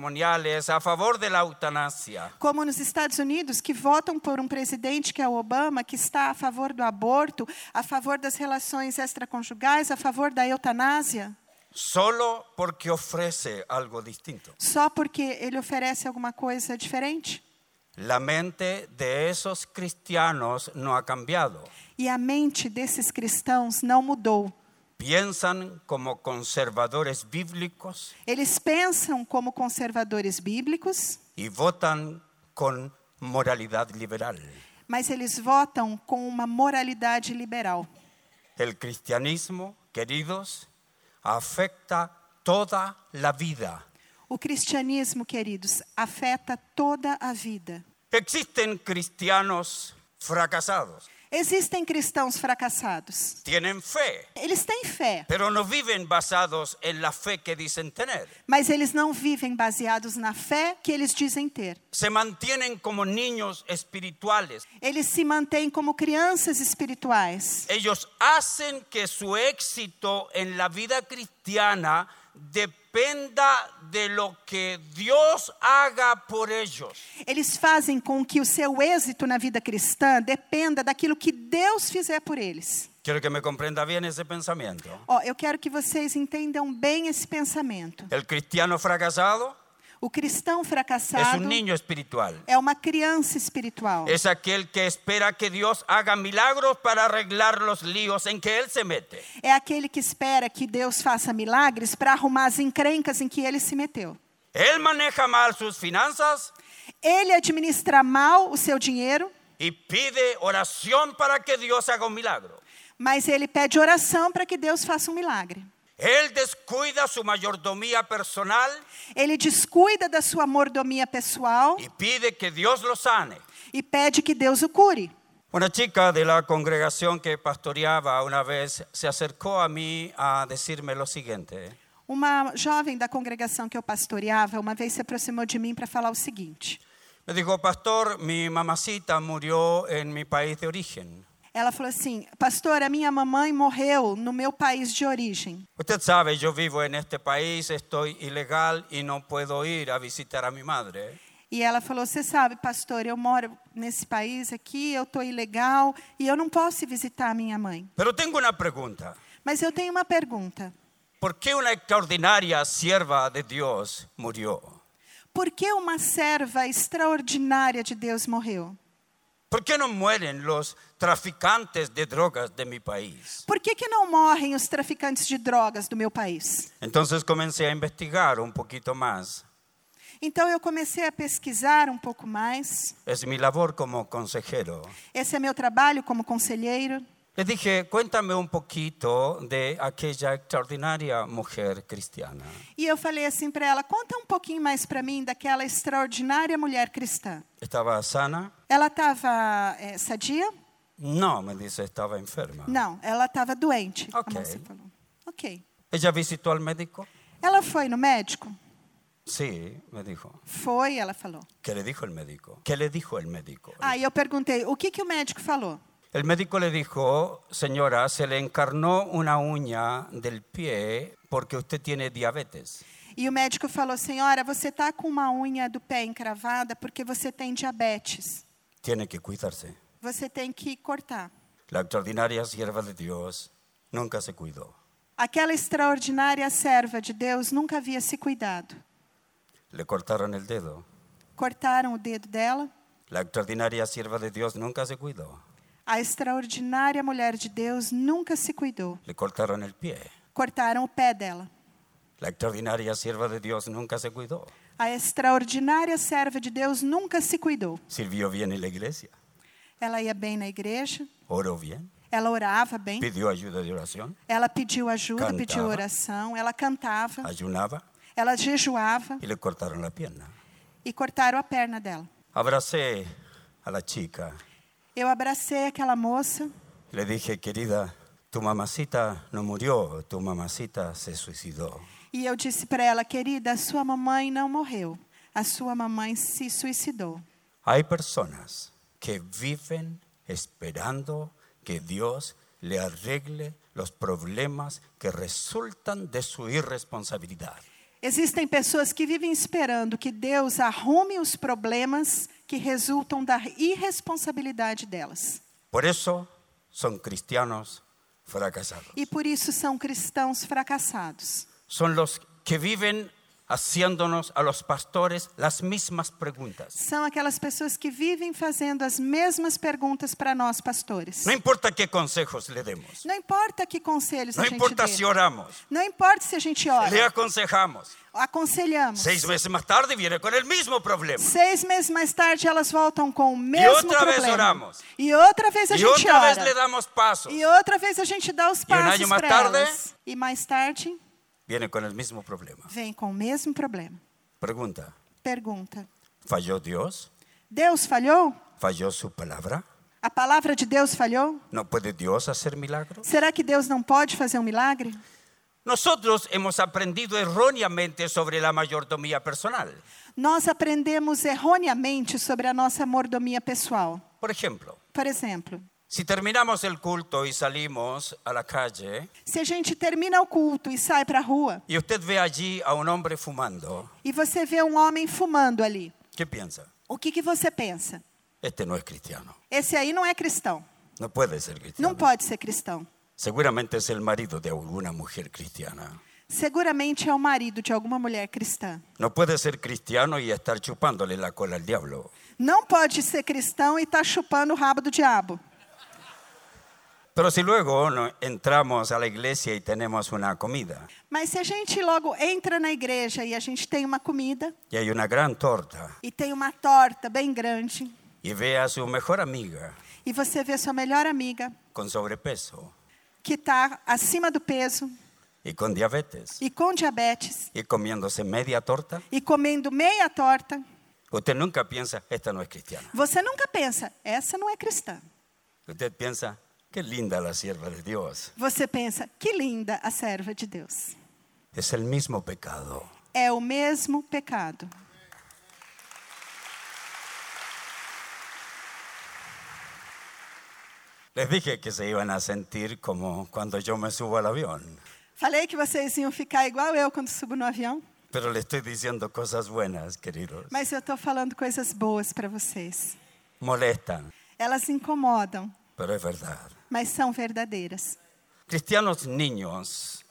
A: prematrimoniales, a favor de la eutanasia.
B: Como nos Estados Unidos, que votam por um presidente que é o Obama, que está a favor do aborto, a favor das relações extraconjugais, a favor da eutanásia,
A: Solo porque ofrece algo distinto.
B: só porque ele oferece alguma coisa diferente.
A: La mente de esos cristianos no ha cambiado.
B: E a mente desses cristãos não mudou.
A: Piensan como conservadores bíblicos
B: Eles pensam como conservadores bíblicos,
A: y votan con moralidad liberal.
B: mas eles votam com uma moralidade liberal.
A: El cristianismo, queridos, afecta toda la vida.
B: O cristianismo, queridos, afeta toda a vida.
A: Existen cristianos fracasados,
B: Existem cristãos fracassados.
A: tienen fe,
B: Eles têm fé,
A: pero no viven basados en la fe que dicen tener.
B: mas eles não vivem baseados na fé que eles dizem ter.
A: Se mantienen como niños espirituales.
B: Eles se mantêm como crianças espirituais.
A: Ellos hacen que su éxito en la vida cristiana dependa de lo que Dios haga por ellos.
B: Eles fazem com que o seu êxito na vida cristã dependa daquilo que Deus fizer por eles.
A: Quiero que me comprenda bien ese pensamiento.
B: Ó, eu quero que vocês entendam bem esse pensamento.
A: El cristiano fracasado
B: O cristão
A: es
B: fracassado
A: un niño espiritual.
B: é uma criança espiritual.
A: Es aquel que espera que Dios haga milagros para arreglar los líos en que él se mete.
B: É aquele que espera que Deus faça milagres para arrumar as encrencas em que ele se meteu.
A: Él maneja mal sus finanzas
B: Ele administra mal o seu dinheiro,
A: y pide oración para que Dios haga un milagro.
B: mas ele pede oração para que Deus faça um milagre.
A: Él descuida su mayordomía personal
B: Ele descuida da sua mordomia pessoal
A: y pide que Dios lo sane.
B: e pede que Deus o cure.
A: Una chica de la congregación que pastoreaba una vez se acercó a mí a decirme lo siguiente.
B: Uma jovem da congregação que eu pastoreava uma vez se aproximou de mim para falar o seguinte.
A: Me dijo, pastor, mi mamacita murió en mi país de origen.
B: Ela falou assim: Pastor, a minha mamãe morreu no meu país de origem.
A: Usted sabe, yo vivo en este país, estoy ilegal y no puedo ir a visitar a mi madre.
B: E ela falou: Você sabe, pastor, eu moro nesse país aqui, eu estou ilegal e eu não posso ir visitar a minha mãe.
A: Pero tengo una pregunta.
B: Mas eu tenho uma pergunta:
A: ¿Por qué una extraordinaria sierva de Dios murió?
B: Por que uma serva extraordinária de Deus morreu?
A: ¿Por qué no mueren los traficantes de drogas de mi país?
B: Por que, que não morrem os traficantes de drogas do meu país?
A: Entonces comencé a investigar un poquito más.
B: Então eu comecei a pesquisar um pouco mais.
A: Es mi labor como consejero.
B: Esse é meu trabalho como conselheiro.
A: Le dije, cuéntame un poquito de aquella extraordinaria mujer cristiana.
B: E eu falei assim para ela: Conta um pouquinho mais para mim daquela extraordinária mulher cristã.
A: Estaba sana,
B: Ela estava sadia,
A: No, me dice, estaba enferma.
B: Não, ela estava doente,
A: Ok.
B: a moça falou. Ok.
A: ¿Ella visitó al médico?
B: Ela foi no médico?
A: Sí, me dijo.
B: Foi, ela falou.
A: ¿Qué le dijo el médico? ¿Qué le dijo el médico?
B: Aí eu perguntei, o que, que o médico falou?
A: El médico le dijo, señora, se le encarnó una uña del pie porque usted tiene diabetes.
B: E o médico falou, senhora, você está com uma unha do pé encravada porque você tem diabetes.
A: Tiene que cuidarse.
B: Você tem que cortar.
A: La extraordinaria sierva de Dios nunca se cuidó.
B: Aquela extraordinária serva de Deus nunca havia se cuidado.
A: Le cortaron el dedo.
B: Cortaram o dedo dela.
A: La extraordinaria sierva de Dios nunca se cuidó.
B: A extraordinária mulher de Deus nunca se cuidou.
A: Le cortaron el pie.
B: Cortaram o pé dela.
A: La extraordinaria sierva de Dios nunca se cuidó.
B: A extraordinária serva de Deus nunca se cuidou.
A: Sirvió bien en la iglesia.
B: Ela ia bem na igreja,
A: Oró bien.
B: ela orava bem,
A: Pidió ayuda de oración.
B: ela pediu ajuda,
A: Cantava.
B: pediu oração, ela cantava,
A: Ayunaba
B: ela jejuava
A: y le cortaron la pierna.
B: e cortaram a perna dela.
A: Abracé a la chica.
B: Eu abracei aquela moça
A: Le dije, querida, tu mamacita no murió, tu mamacita se suicidó.
B: e eu disse para ela, querida, a sua mamãe não morreu, a sua mamãe se suicidou.
A: Hay personas que viven esperando que Dios le arregle los problemas que resultan de su irresponsabilidad.
B: Existem pessoas que vivem esperando que Deus arrume os problemas que resultam da irresponsabilidade delas.
A: Por eso son cristianos fracasados.
B: E por isso são cristãos fracassados.
A: Son los que viven haciéndonos a los pastores las mismas preguntas.
B: São aquelas pessoas que vivem fazendo as mesmas perguntas para nós, pastores.
A: No importa qué consejos le demos,
B: Não importa que conselhos
A: no
B: a gente
A: importa
B: dê.
A: si oramos,
B: Não importa se a gente
A: le
B: ora.
A: aconsejamos.
B: Aconselhamos.
A: Seis veces más tarde viene con el mismo problema.
B: Seis meses mais tarde elas voltam com o mesmo
A: outra vez
B: problema.
A: oramos.
B: E outra vez a
A: Y
B: gente
A: otra
B: ora.
A: vez le damos paso.
B: E outra vez a gente dá os
A: um ano
B: passos
A: mais
B: para
A: tarde-
B: elas. E mais tarde
A: Viene con el mismo problema.
B: vem com o mesmo problema.
A: Pregunta,
B: Pergunta:
A: ¿falló Dios?
B: Deus falhou?
A: ¿Falló su palabra?
B: A palavra de Deus falhou?
A: ¿No puede Dios hacer milagros?
B: Será que Deus não pode fazer um milagre?
A: Nosotros hemos aprendido erróneamente sobre la mayordomía personal.
B: Nós aprendemos erroneamente sobre a nossa mordomia pessoal.
A: Por ejemplo,
B: Por exemplo,
A: si terminamos el culto y salimos a la calle
B: se a gente termina o culto e sai para a rua
A: y usted ve allí a un hombre fumando,
B: e você vê um homem fumando ali,
A: ¿qué piensa?
B: o que, que você pensa?
A: Este no es cristiano.
B: Esse aí não é cristão,
A: No puede ser
B: não
A: cristiano.
B: pode ser cristão.
A: Seguramente es el marido de alguna mujer cristiana.
B: Seguramente é o marido de alguma mulher cristã.
A: No puede ser cristiano y estar chupándole la cola al diablo.
B: Não pode ser cristão e tá chupando o rabo do diabo.
A: Pero si luego no- entramos a la iglesia y tenemos una comida
B: Mas se a gente logo entra na igreja e a gente tem uma comida
A: y hay una gran torta
B: e tem uma torta bem grande
A: y ve a su mejor amiga
B: e você vê sua melhor amiga
A: con sobrepeso
B: que está acima do peso
A: y con diabetes
B: e com diabetes
A: y comiéndose media torta,
B: e comendo meia torta,
A: usted nunca piensa, esta no es cristiana.
B: você nunca pensa, essa não é cristã.
A: Usted piensa, qué linda la sierva de Dios.
B: Você pensa, que linda a serva de Deus.
A: Es el mismo pecado.
B: É o mesmo pecado.
A: Les dije que se iban a sentir como cuando yo me subo al avión,
B: Falei que vocês iam ficar igual eu quando subo no avião,
A: pero le estoy diciendo cosas buenas, queridos.
B: mas eu estou falando coisas boas para vocês.
A: Molestan,
B: Elas incomodam,
A: pero es verdad.
B: mas são verdadeiras.
A: Cristianos niños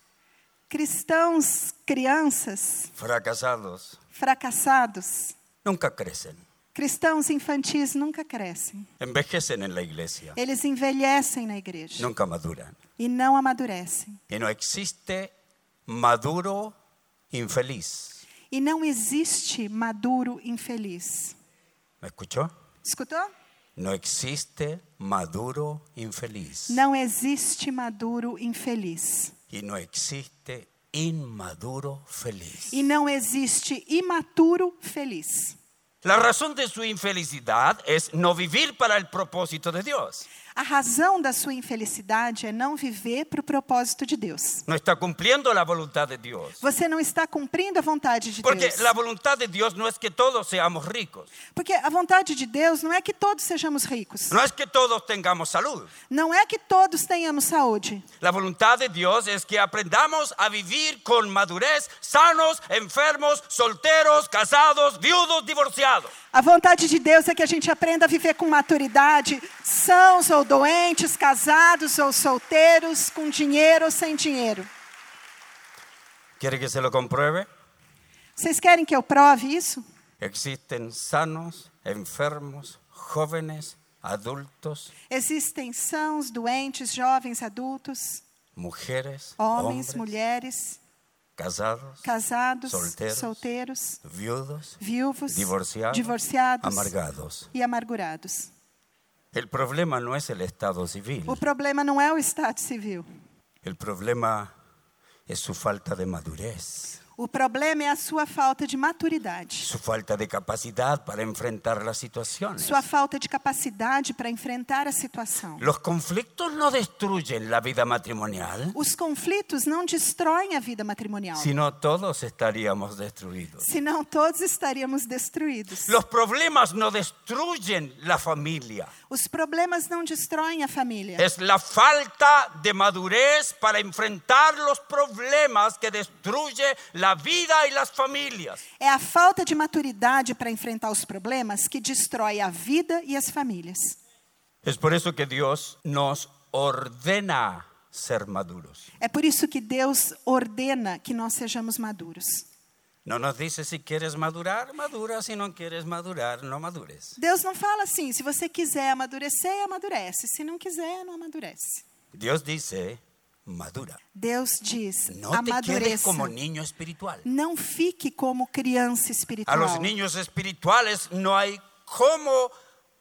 B: Cristãos, crianças,
A: fracasados
B: fracassados,
A: nunca crecen,
B: cristãos infantis nunca crescem.
A: envejecen en la iglesia,
B: Eles envelhecem na igreja
A: nunca maduran.
B: e não amadurecem.
A: Y no existe maduro infeliz.
B: E não existe maduro infeliz.
A: ¿Me escuchó?
B: Escutou?
A: No existe maduro infeliz.
B: Não existe maduro infeliz.
A: Y no existe inmaduro feliz.
B: E não existe imaturo feliz.
A: La razón de su infelicidad es no vivir para el propósito de Dios.
B: A razão da sua infelicidade é não viver para o propósito de Deus.
A: No está cumpliendo la voluntad de Dios.
B: Você não está cumprindo a vontade de
A: Porque
B: Deus.
A: la voluntad de Dios no es que todos seamos ricos,
B: Porque a vontade de Deus não é que todos sejamos ricos.
A: no es que todos tengamos salud.
B: Não é que todos tenhamos saúde.
A: La voluntad de Dios es que aprendamos a vivir con madurez, sanos, enfermos, solteros, casados, viudos, divorciados.
B: A vontade de Deus é que a gente aprenda a viver com maturidade, sãos ou doentes, casados ou solteiros, com dinheiro ou sem dinheiro.
A: ¿Quiere que se lo compruebe?
B: Vocês querem que eu prove isso?
A: Existen sanos, enfermos, jóvenes, adultos,
B: Existem sãos, doentes, jovens, adultos,
A: mujeres,
B: homens,
A: hombres,
B: mulheres,
A: casados,
B: casados,
A: Solteiros.
B: solteiros,
A: viudos,
B: viúvos,
A: divorciados,
B: divorciados
A: amargados.
B: e amargurados.
A: El problema no es el estado civil,
B: O problema não é o Estado civil.
A: el problema es su falta de madurez,
B: O problema é a sua falta de maturidade,
A: su falta de capacidad para enfrentar las situaciones.
B: sua falta de capacidade para enfrentar a situação.
A: Los conflictos no destruyen la vida matrimonial,
B: Os conflitos não destroem a vida matrimonial,
A: sino todos estaríamos destruidos.
B: senão todos estaríamos destruídos.
A: Los problemas no destruyen la familia,
B: Os problemas não destroem a família.
A: es la falta de madurez para enfrentar los problemas que destruye la vida y las familias.
B: É a falta de maturidade para enfrentar os problemas que destrói a vida e as famílias.
A: Es por eso que Dios nos ordena ser maduros.
B: É por isso que Deus ordena que nós sejamos maduros.
A: No nos dice si quieres madurar, madura, si no quieres madurar, no madures.
B: Deus não fala assim, se você quiser amadurecer, amadurece, se não quiser, não amadurece.
A: Dios dice, madura.
B: Deus diz,
A: No te quedes
B: amadureça.
A: como niño espiritual.
B: Não fique como criança
A: A
B: espiritual.
A: los niños espirituales no hay cómo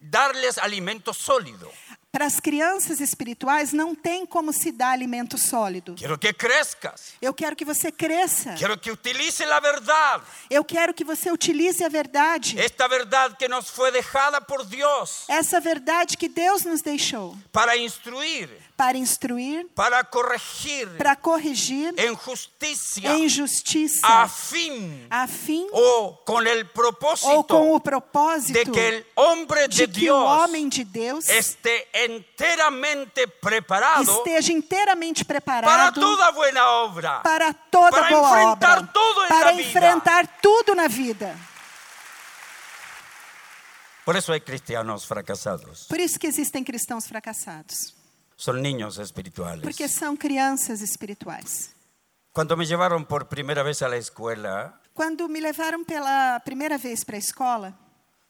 A: darles alimento sólido.
B: Para as crianças espirituais não tem como se dar alimento sólido.
A: Quiero que crezcas.
B: Eu quero que você cresça.
A: Quiero que utilice la verdad.
B: Eu quero que você utilize a verdade.
A: Esta verdad que nos fue dejada por Dios
B: Essa verdade que Deus nos deixou
A: para instruir,
B: para instruir,
A: para corregir
B: para corrigir
A: en justicia,
B: em justiça,
A: a fin
B: a fim
A: o con el
B: ou com
A: propósito
B: o propósito
A: de que el hombre de
B: de que o
A: Dios
B: homem de Deus
A: esté enteramente preparado
B: esteja inteiramente
A: para
B: preparado
A: toda buena obra.
B: para toda
A: para
B: boa
A: enfrentar
B: obra,
A: tudo em
B: para
A: la vida.
B: enfrentar tudo na vida.
A: Por eso hay cristianos fracasados.
B: Por isso que existem cristãos fracassados.
A: Son niños espirituales.
B: Porque são crianças espirituais.
A: Cuando me llevaron por primera vez a la escuela,
B: Quando me levaram pela primeira vez para a escola,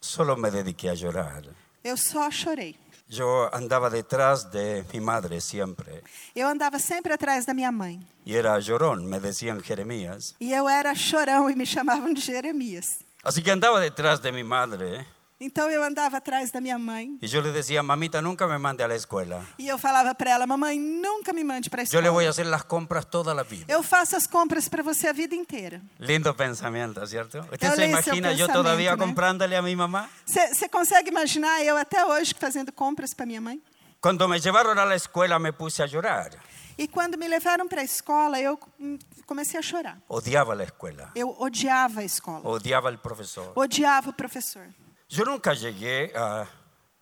A: solo me dediqué a llorar.
B: eu só chorei.
A: Yo andaba detrás de mi madre siempre
B: Eu andava sempre atrás da minha mãe.
A: y era llorón, me decían Jeremías.
B: E eu era chorão e me chamavam de Jeremias.
A: Así que andaba detrás de mi madre
B: Então eu andava atrás da minha mãe
A: y yo le decía, mamita, nunca me mande a la escuela.
B: e eu falava para ela: "Mamãe, nunca me mande para a
A: Yo le
B: escola.
A: voy a hacer las compras toda la vida.
B: Eu faço as compras para você a vida inteira."
A: Lindo pensamiento, ¿cierto?
B: Yo
A: ¿Usted se
B: leí su
A: imagina yo
B: pensamiento, ¿eh?
A: todavía
B: ¿no?
A: comprándole a mi mamá?
B: Você consegue imaginar eu até hoje fazendo compras para minha mãe?
A: Cuando me llevaron a la escuela me puse a llorar.
B: E quando me levaram para a escola, eu hum, comecei a chorar.
A: Odiaba la escuela,
B: Eu odiava a escola.
A: odiaba al profesor.
B: Odiava o professor.
A: Yo nunca llegué a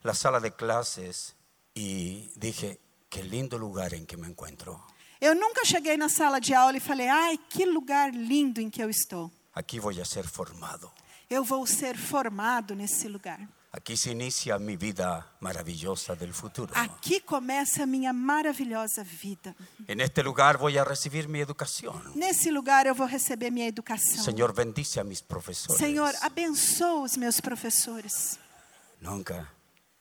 A: la sala de clases y dije, qué lindo lugar en que me encuentro.
B: Eu nunca cheguei na sala de aula e falei: "Ai, que lugar lindo em que eu estou.
A: Aquí voy a ser formado.
B: Eu vou ser formado nesse lugar."
A: Aquí se inicia mi vida maravillosa del futuro.
B: Aqui começa a minha maravilhosa vida.
A: En este lugar voy a recibir mi educación.
B: Nesse lugar eu vou receber minha educação.
A: Señor, bendice a mis profesores.
B: Senhor, abençoa os meus professores.
A: Nunca.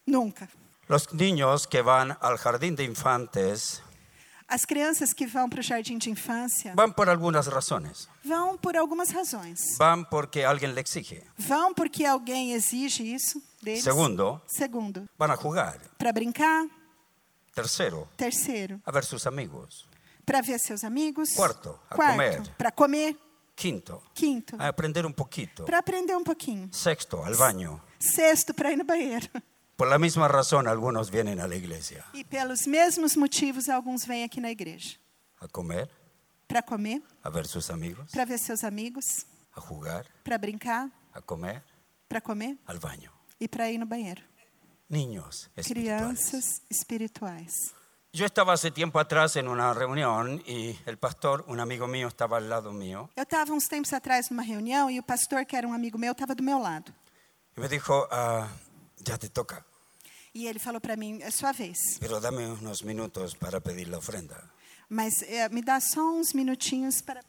B: Nunca.
A: Los niños que van al jardín de infantes
B: As crianças que vão para o jardim de infância
A: van por algunas razones.
B: vão por algumas razões.
A: Van porque alguien le exige.
B: Vão porque alguém exige isso deles.
A: Segundo,
B: Segundo,
A: van a jugar.
B: para brincar.
A: Tercero,
B: Terceiro,
A: a ver sus amigos.
B: para ver seus amigos.
A: Quarto, a comer.
B: para comer.
A: Quinto,
B: Quinto,
A: Ah, a aprender un poquito.
B: para aprender um pouquinho.
A: Sexto, al baño.
B: Sexto, para ir no banheiro.
A: Por la misma razón algunos vienen a la iglesia
B: E pelos mesmos motivos, alguns vêm aqui na igreja
A: a comer,
B: para comer,
A: a ver sus amigos,
B: para ver seus amigos,
A: a jugar,
B: para brincar,
A: a comer,
B: para comer
A: al baño.
B: e para ir no banheiro.
A: Niños espirituales.
B: Crianças espirituais.
A: Yo estaba hace tiempo atrás en una reunión y el pastor, un amigo mío, estaba al lado mío
B: Eu estava uns tempos atrás numa reunião e o pastor, que era um amigo meu, estava do meu lado.
A: y me dijo, "Ah, ya te toca,
B: E ele falou para mim: é sua vez,
A: pero dame unos minutos para pedir la ofrenda.
B: mas eh, me dá só uns minutinhos para.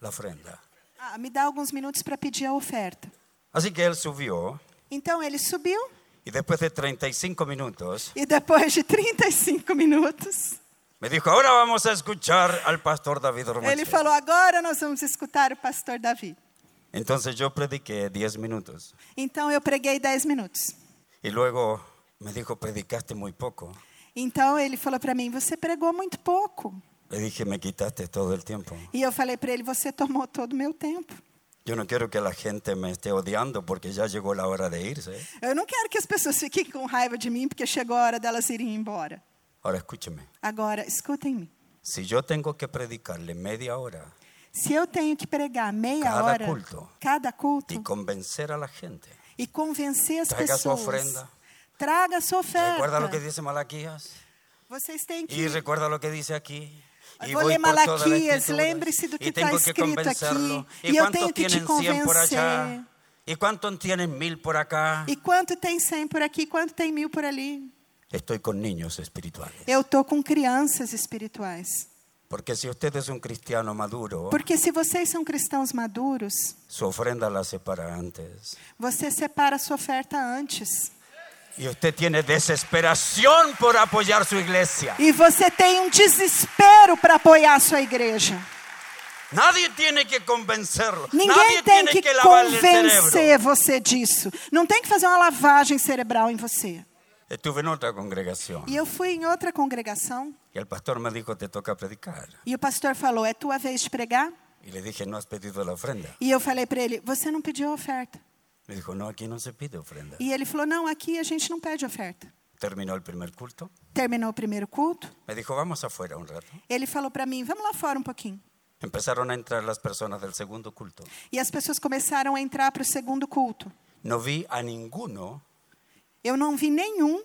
A: La ofrenda.
B: Ah, me dá alguns minutos para pedir a oferta.
A: Así que él subió
B: Então ele subiu
A: y después de 35 minutos
B: e depois de 35 minutos,
A: me dijo, ahora vamos a escuchar al pastor David
B: ele
A: Ormache.
B: falou: agora nós vamos escutar o pastor Davi.
A: Entonces yo prediqué 10 minutos
B: Então eu preguei 10 minutos.
A: y luego me dijo, predicaste muy poco.
B: Então ele falou para mim: você pregou muito pouco.
A: Le dije, me quitaste todo el tiempo.
B: E eu falei para ele: você tomou todo o meu tempo.
A: Yo no quiero que la gente me esté odiando porque ya llegó la hora de irse.
B: Eu não quero que as pessoas fiquem com raiva de mim porque chegou a hora delas irem embora.
A: Ahora escúcheme,
B: Agora, escutem-me.
A: si yo tengo que predicarle media hora
B: Se eu tenho que pregar meia
A: Cada
B: hora,
A: culto.
B: cada culto,
A: y convencer a la gente,
B: e convencer as
A: Traga sua
B: pessoas,
A: ofrenda.
B: traga a sua oferta.
A: recuerda lo que dice Malaquías
B: Vocês têm que
A: y recuerda lo que dice aquí. Y
B: Vou
A: voy
B: ler
A: por todas las
B: Malaquias,
A: escrituras,
B: lembre-se do que
A: y
B: está
A: tengo que
B: escrito
A: convencerlo.
B: aqui,
A: ¿Y
B: e eu
A: cuántos
B: tenho que te
A: tienen 100 por allá?
B: convencer.
A: ¿Y cuántos tienen mil por acá?
B: E quanto tem 100 por aqui, quanto tem mil por ali?
A: Estoy con niños espirituales.
B: Eu tô com crianças espirituais.
A: Porque si usted es un cristiano maduro,
B: Porque se vocês são cristãos maduros,
A: su ofrenda la separa antes.
B: você separa a sua oferta antes.
A: Y usted tiene desesperación por apoyar su iglesia.
B: E você tem um desespero para apoiar a sua igreja.
A: Nadie tiene que convencerlo.
B: Ninguém
A: Nadie
B: tem
A: tiene
B: que
A: que, lavarle el cerebro.
B: convencer você disso. Não tem que fazer uma lavagem cerebral em você.
A: Estuve en otra congregación
B: E eu fui em outra congregação
A: y el pastor me dijo, te toca predicar.
B: e o pastor falou: "É tua vez de pregar?"
A: Y le dije, no has pedido la ofrenda.
B: E eu falei para ele: "Você não pediu a oferta".
A: Me dijo, no, aquí no se pide ofrenda.
B: E ele falou: "Não, aqui a gente não pede oferta".
A: Terminó el primer culto.
B: Terminou o primeiro culto,
A: Me dijo, vamos afuera un rato.
B: ele falou para mim: "Vamos lá fora um pouquinho".
A: Empezaron a entrar las personas del segundo culto.
B: E as pessoas começaram a entrar para o segundo culto.
A: No vi a ninguno
B: Eu não vi nenhum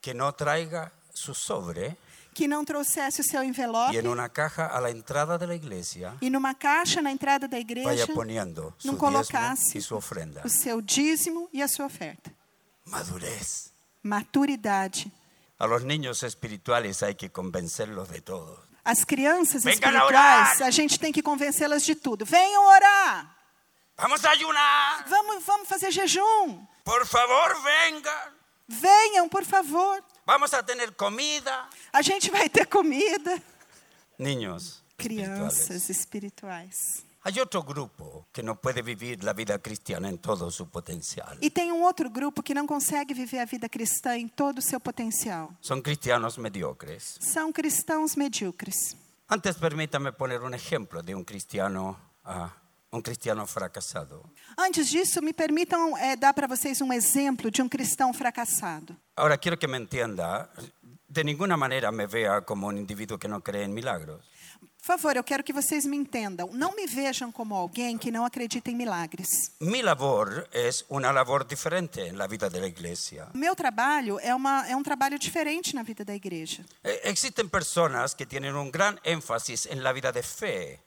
A: que no traiga su sobre
B: que não trouxesse o seu
A: y
B: envelope
A: en una caja a la entrada de la iglesia
B: e numa caixa na entrada da
A: vaya
B: igreja
A: poniendo su
B: não
A: diezmo
B: colocasse
A: y su ofrenda.
B: o seu dízimo e a sua oferta.
A: Madurez.
B: Maturidade.
A: A los niños espirituales hay que convencerlos de todo.
B: As crianças
A: Venham
B: espirituais,
A: orar.
B: a gente tem que convencê-las de tudo. Venham orar.
A: Vamos a ayunar.
B: Vamos, vamos fazer jejum.
A: Por favor, vengan.
B: Venham, por favor.
A: Vamos a tener comida.
B: A gente vai ter comida.
A: Niños. espirituales.
B: Crianças espirituais.
A: Hay otro grupo que no puede vivir la vida cristiana en todo su potencial.
B: E tem um outro grupo que não consegue viver a vida cristã em todo o seu potencial.
A: Son cristianos mediocres.
B: São cristãos medíocres.
A: Antes permítame poner un ejemplo de un cristiano, ah, un cristiano fracasado.
B: Antes disso, me permitam eh, dar para vocês um exemplo de um cristão fracassado.
A: Ahora quiero que me entienda, de ninguna manera me vea como un individuo que no cree en milagros.
B: Por favor, eu quero que vocês me entendam. Não me vejam como alguém que não acredita em milagres.
A: Mi labor es una labor diferente en la vida de la iglesia.
B: O meu trabalho é, uma, é um trabalho diferente na vida da igreja.
A: Eh, Existen personas que tienen un gran énfasis en la vida de fe,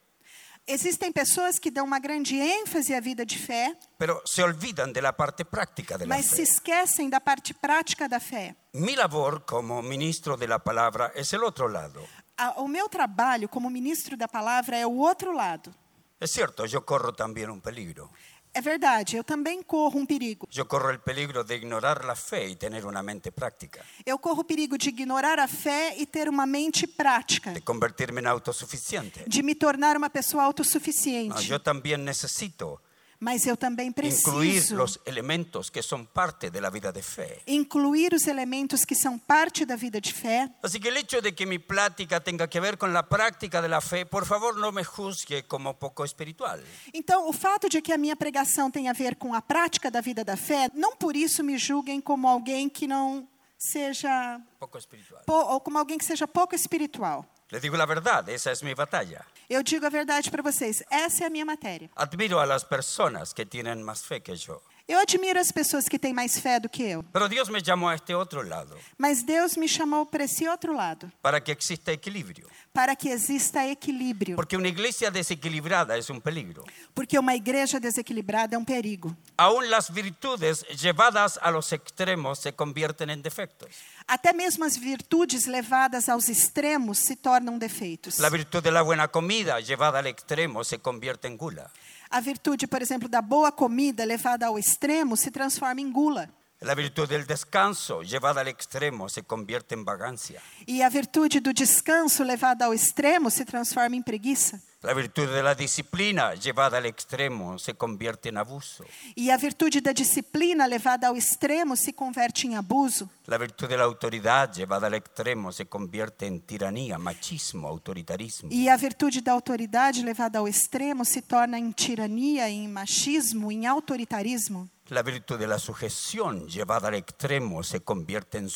B: Existem pessoas que dão uma grande ênfase à vida de fé,
A: pero se olvidan de la parte práctica de la
B: mas se
A: fe.
B: esquecem da parte prática da fé.
A: Mi labor como ministro de la palabra es el otro lado.
B: A- O meu trabalho como ministro da palavra é o outro lado.
A: Es cierto, yo corro también un peligro.
B: É verdade, eu também corro um perigo.
A: Yo corro el peligro de ignorar la fe y tener una mente práctica,
B: Eu corro o perigo de ignorar a fé e ter uma mente prática,
A: de convertirme en autosuficiente.
B: de me tornar uma pessoa
A: No,
B: autossuficiente.
A: yo también necesito
B: Mas eu também
A: incluir
B: preciso
A: los elementos que son parte de la vida de fe.
B: incluir os elementos que são parte da vida de fé.
A: Así que el hecho de que mi plática tenga que ver con la práctica de la fe, por favor no me juzgue como poco espiritual.
B: Então, o fato de que a minha pregação tem a ver com a prática da vida da fé, não por isso me julguem como alguém que não seja
A: Poco espiritual.
B: po- ou como alguém que seja pouco espiritual.
A: Les digo la verdad, esa es mi batalla.
B: Eu digo a verdade para vocês, essa é a minha matéria.
A: Admiro a las personas que tienen más fe que yo.
B: Eu admiro as pessoas que têm mais fé do que eu,
A: Pero Dios me llamó a este otro lado,
B: mas Deus me chamou para esse outro lado,
A: para que exista equilibrio.
B: para que exista equilíbrio,
A: Porque una iglesia desequilibrada es un peligro.
B: porque uma igreja desequilibrada é um perigo.
A: Aún las virtudes llevadas a los extremos se convierten en defectos.
B: Até mesmo as virtudes levadas aos extremos se tornam defeitos.
A: La virtud de la buena comida llevada al extremo se convierte en gula.
B: A virtude, por exemplo, da boa comida levada ao extremo se transforma em gula.
A: La virtud del descanso llevada al extremo se convierte en vagancia.
B: E a virtude do descanso levada ao extremo se transforma em preguiça.
A: La virtud de la disciplina llevada al extremo se convierte en abuso.
B: E a virtude da disciplina levada ao extremo se converte em abuso.
A: La virtud de la autoridad llevada al extremo se convierte en tiranía, machismo, autoritarismo.
B: E a virtude da autoridade levada ao extremo se torna em tirania, em machismo, em autoritarismo.
A: La virtud de la sujeción llevada al extremo se convierte en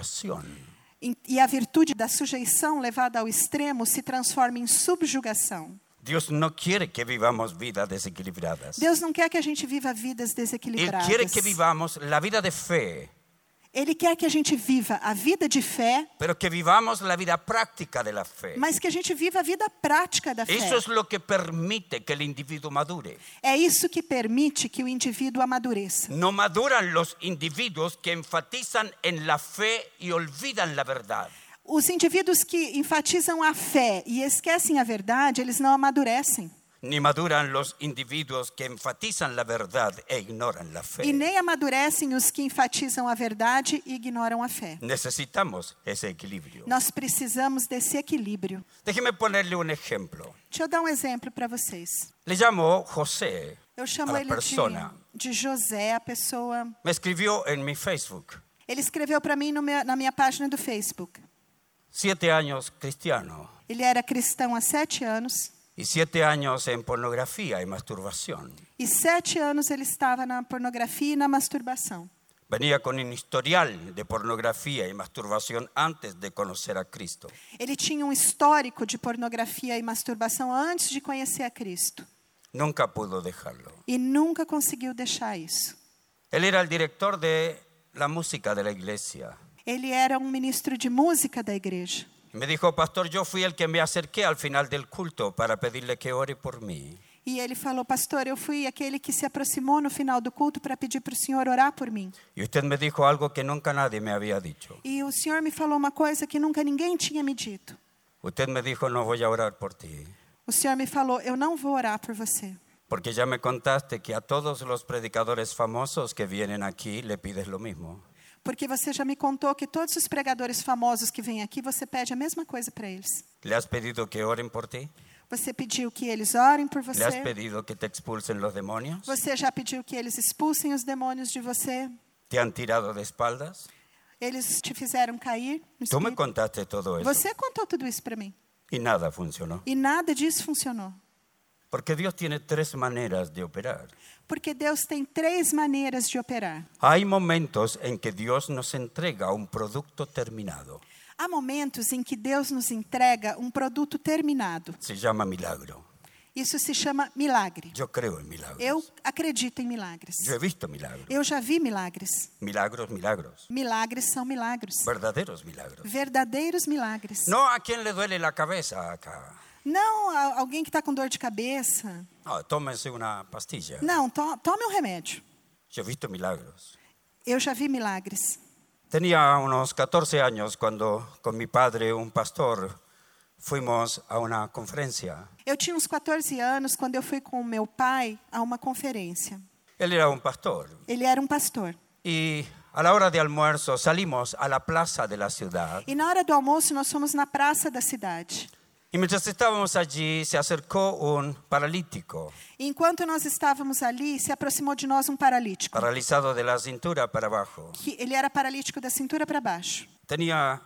A: subyugación.
B: Em- E a virtude da sujeição levada ao extremo se transforma em subjugação.
A: Dios no quiere que vivamos vidas desequilibradas.
B: Deus não quer que a gente viva vidas
A: Él
B: desequilibradas.
A: quiere que vivamos la vida de fe,
B: Ele quer que a gente viva a vida de fé,
A: pero que vivamos la vida práctica de la fe.
B: mas que a gente viva a vida prática da fé.
A: Eso es lo que permite que el individuo madure.
B: É isso que permite que o indivíduo amadureça.
A: No maduran los individuos que enfatizan en la fe y olvidan la verdad.
B: Os indivíduos que enfatizam a fé e esquecem a verdade, eles não amadurecem.
A: Ni maduran los individuos que enfatizan la verdad e ignoran la
B: E
A: fe.
B: nem amadurecem os que enfatizam a verdade e ignoram a fé.
A: Necesitamos ese equilibrio.
B: Nós precisamos desse equilíbrio.
A: Déjeme ponerle un ejemplo.
B: Deixa eu dar um exemplo para vocês.
A: Le llamo José
B: Eu
A: a
B: chamo
A: la
B: ele
A: persona.
B: de, de José, a pessoa.
A: Me escribió en mi Facebook.
B: Ele escreveu para mim no meu- na minha página do Facebook.
A: Siete años cristiano
B: Ele era cristão há sete anos
A: y siete años en pornografía y masturbación.
B: e sete anos ele estava na pornografia e na masturbação.
A: Venía con un historial de pornografía y masturbación antes de conocer a Cristo.
B: Ele tinha um histórico de pornografia e masturbação antes de conhecer a Cristo
A: Nunca pudo dejarlo.
B: e nunca conseguiu deixar isso.
A: Él era el director de la música de la iglesia.
B: Ele era um ministro de música da igreja.
A: Y Me dijo, pastor, yo fui el que me acerqué al final del culto para pedirle que ore por mí.
B: E ele falou: Pastor, eu fui aquele que se aproximou no final do culto para pedir para o senhor orar por mim.
A: Y usted me dijo algo que nunca nadie me había dicho.
B: E o senhor me falou uma coisa que nunca ninguém tinha me dito.
A: Usted me dijo, no voy a orar por ti,
B: O senhor me falou: Eu não vou orar por você.
A: porque ya me contaste que a todos los predicadores famosos que vienen aquí le pides lo mismo.
B: Porque você já me contou que todos os pregadores famosos que vêm aqui, você pede a mesma coisa para eles.
A: ¿Le has pedido que oren por ti?
B: Você pediu que eles orem por
A: ¿Le has
B: você.
A: pedido que te expulsen los demonios?
B: Você já pediu que eles expulsem os demônios de você.
A: ¿Te han tirado de espaldas?
B: Eles te fizeram cair. no
A: Tú me
B: espírito.
A: contaste todo eso
B: Você contou tudo isso para mim.
A: y nada funcionó.
B: E nada disso funcionou.
A: Porque Dios tiene tres maneras de operar.
B: Porque Deus tem três maneiras de operar.
A: Hay momentos en que Dios nos entrega un producto terminado.
B: Há momentos em que Deus nos entrega um produto terminado.
A: Se llama milagro.
B: Isso se chama milagre.
A: Yo creo en milagros.
B: Eu acredito em milagres.
A: Yo he visto milagros.
B: Eu já vi milagres.
A: Milagros, milagros.
B: Milagres são milagros.
A: Verdaderos milagros.
B: Verdadeiros milagres.
A: No a quien le duele la cabeza acá.
B: Não a- alguém que está com dor de cabeça.
A: No, tómense una pastilla.
B: Não, to- tome um remédio.
A: Yo he visto milagros.
B: Eu já vi milagres.
A: Tenía unos 14 años cuando con mi padre, un pastor, fuimos a una conferencia.
B: Eu tinha uns 14 anos quando eu fui com o meu pai a uma conferência.
A: Él era un pastor.
B: Ele era um pastor.
A: Y a la hora de almuerzo salimos a la plaza de la ciudad
B: E na hora do almoço nós fomos na praça da cidade.
A: Y mientras estábamos allí, se acercó un paralítico,
B: Enquanto nós estávamos ali, se aproximou de nós um paralítico.
A: paralizado de la cintura para abajo.
B: Que ele era paralítico da cintura para baixo.
A: Tenía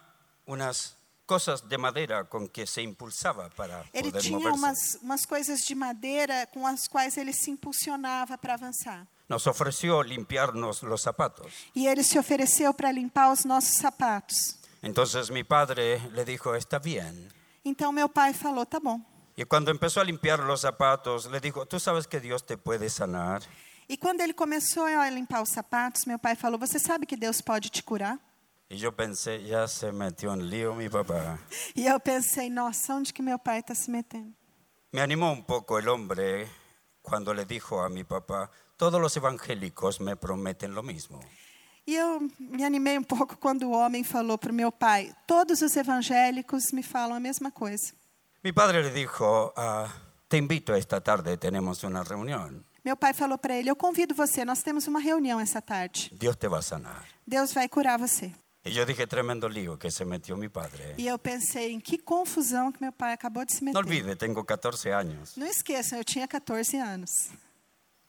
A: unas cosas de madera con que se impulsaba para
B: Ele
A: poder
B: tinha
A: moverse.
B: umas, umas coisas de madeira com as quais ele se impulsionava para avançar.
A: Nos ofreció limpiarnos los zapatos.
B: E ele se ofereceu para limpar os nossos sapatos.
A: Entonces mi padre le dijo, está bien.
B: Então meu pai falou: tá bom.
A: Y cuando empezó a limpiar los zapatos, le dijo, tú sabes que Dios te puede sanar.
B: E quando ele começou a limpar os sapatos, meu pai falou: Você sabe que Deus pode te curar?
A: Y yo pensé, ya se metió en lío mi papá.
B: E eu pensei: Nossa, onde que meu pai está se metendo?
A: Me animó un poco el hombre cuando le dijo a mi papá, todos los evangélicos me prometen lo mismo.
B: E eu me animei um pouco quando o homem falou para o meu pai: Todos os evangélicos me falam a mesma coisa.
A: Mi padre le dijo, "Ah, te invito esta tarde, tenemos una reunión.
B: Meu pai falou para ele: Eu convido você, nós temos uma reunião essa tarde.
A: Dios te va a sanar.
B: Deus vai curar você.
A: Y yo dije, tremendo lío que se metió mi padre.
B: E eu pensei: Em que confusão que meu pai acabou de se
A: No
B: meter.
A: olvide, tengo 14 anos.
B: Não esqueçam, eu tinha 14 anos.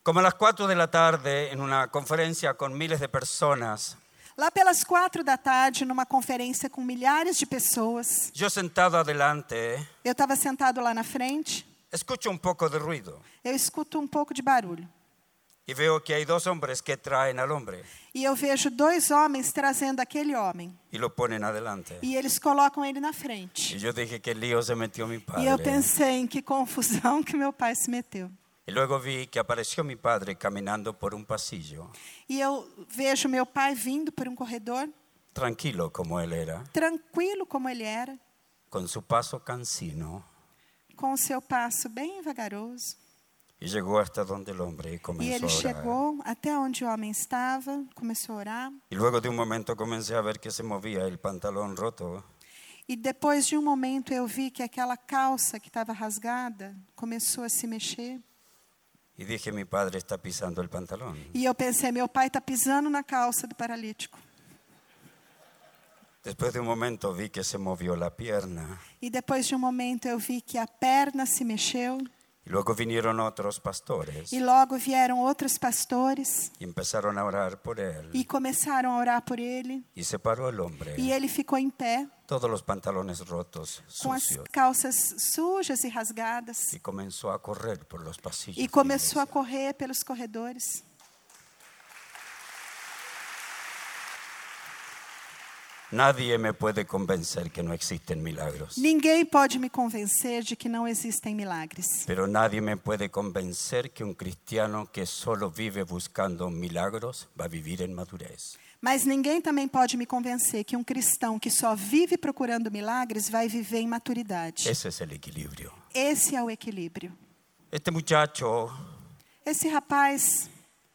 A: Como a las 4 de la tarde, en una conferencia con miles de personas,
B: Lá pelas quatro da tarde, numa conferência com milhares de pessoas,
A: yo sentado adelante,
B: eu estava sentado lá na frente,
A: escucho un poco de ruido
B: eu escuto um pouco de barulho.
A: y veo que hay dos hombres que traen al hombre
B: E eu vejo dois homens trazendo aquele homem.
A: y lo ponen adelante.
B: E eles colocam ele na frente.
A: Y yo dije, qué lío se metió mi padre.
B: E eu pensei em que confusão que meu pai se meteu.
A: Y luego vi que apareció mi padre caminando por un pasillo,
B: E eu vejo meu pai vindo por um corredor,
A: tranquilo como él era,
B: tranquilo como ele era,
A: con su paso cansino,
B: com o seu passo bem vagaroso.
A: y llegó hasta donde el hombre
B: E
A: comenzó
B: ele
A: a orar.
B: chegou até onde o homem estava, começou a orar.
A: Y luego de un momento comencé a ver que se movía el pantalón roto
B: E depois de um momento eu vi que aquela calça que estava rasgada começou a se mexer.
A: y dije, mi padre está pisando el pantalón.
B: E eu pensei, meu pai está pisando na calça do paralítico.
A: Después de un momento vi que se movió la pierna.
B: E depois de um momento eu vi que a perna se mexeu.
A: Y luego vinieron otros pastores
B: E
A: y
B: logo vieram outros pastores
A: empezaron a orar por él.
B: e começaram a orar por ele.
A: Y se paró el hombre,
B: E ele ficou em pé,
A: todos los pantalones rotos,
B: com as
A: sucios,
B: calças sujas e rasgadas.
A: y comenzó a correr por los pasillos.
B: E
A: de la
B: começou a
A: iglesia.
B: correr pelos corredores.
A: Nadie me puede convencer que no existen milagros,
B: Ninguém pode me convencer de que não existem milagres.
A: pero nadie me puede convencer que un cristiano que solo vive buscando milagros va a vivir en madurez.
B: Mas ninguém também pode me convencer que um cristão que só vive procurando milagres vai viver em maturidade.
A: Ese es el equilibrio.
B: Esse é o equilíbrio.
A: Este muchacho
B: Esse rapaz,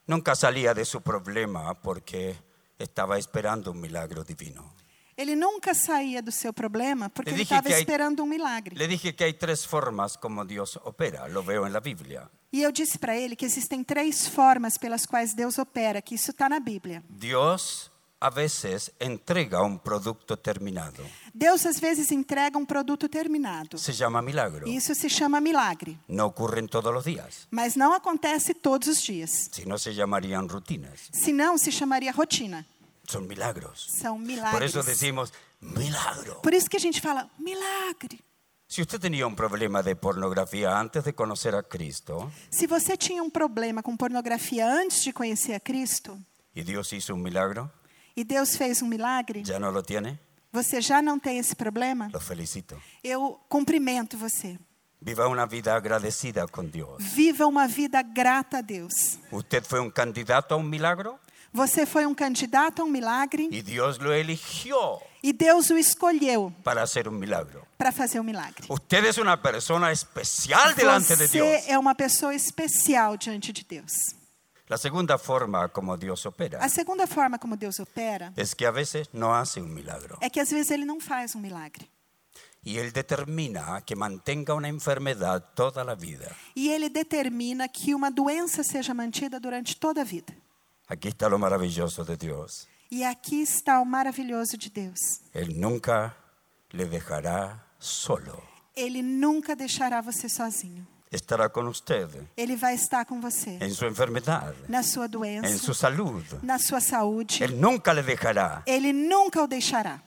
A: nunca salía de su problema porque estaba esperando un milagro divino.
B: ele nunca saía do seu problema porque
A: Le
B: ele
A: dije
B: estava
A: que hay-
B: esperando um milagre.
A: Le dije que hay tres formas como Dios opera, lo veo en la Biblia.
B: E eu disse para ele que existem três formas pelas quais Deus opera, que isso está na Bíblia.
A: Dios a veces entrega un producto terminado,
B: Deus às vezes entrega um produto terminado.
A: se llama milagro.
B: E Isso se chama milagre,
A: No ocurren todos los días,
B: mas não acontece todos os dias.
A: si no se llamarían rutinas,
B: Senão se chamaria rotina.
A: son milagros.
B: São milagres.
A: Por eso decimos milagro.
B: Por isso que a gente fala milagre.
A: Si usted tenía un problema de pornografía antes de conocer a Cristo
B: Se você tinha um problema com pornografia antes de conhecer a Cristo
A: y Dios hizo un milagro,
B: e Deus fez um milagre,
A: ya no lo tiene,
B: você já não tem esse problema?
A: lo felicito.
B: Eu cumprimento você.
A: Viva una vida agradecida con Dios.
B: Viva uma vida grata a Deus.
A: Usted fue un candidato a un milagro
B: Você foi um candidato a um milagre
A: y Dios lo eligió
B: e Deus o escolheu
A: para hacer un milagro.
B: para fazer o milagre.
A: Usted es una persona especial delante de Dios.
B: Você é uma pessoa especial diante de Deus.
A: La segunda forma como Dios opera
B: A segunda forma como Deus opera
A: es que a veces no hace un milagro
B: é que às vezes ele não faz um milagre.
A: y Él determina que mantenga una enfermedad toda la vida.
B: E ele determina que uma doença seja mantida durante toda a vida.
A: Aquí está lo maravilloso de Dios.
B: E aqui está o maravilhoso de Deus.
A: Él nunca le dejará solo.
B: Ele nunca deixará você sozinho.
A: Estará con usted
B: Ele vai estar com você
A: en su enfermedad,
B: na sua
A: en
B: doença,
A: su salud.
B: na sua saúde.
A: Él nunca le dejará.
B: Ele nunca o deixará.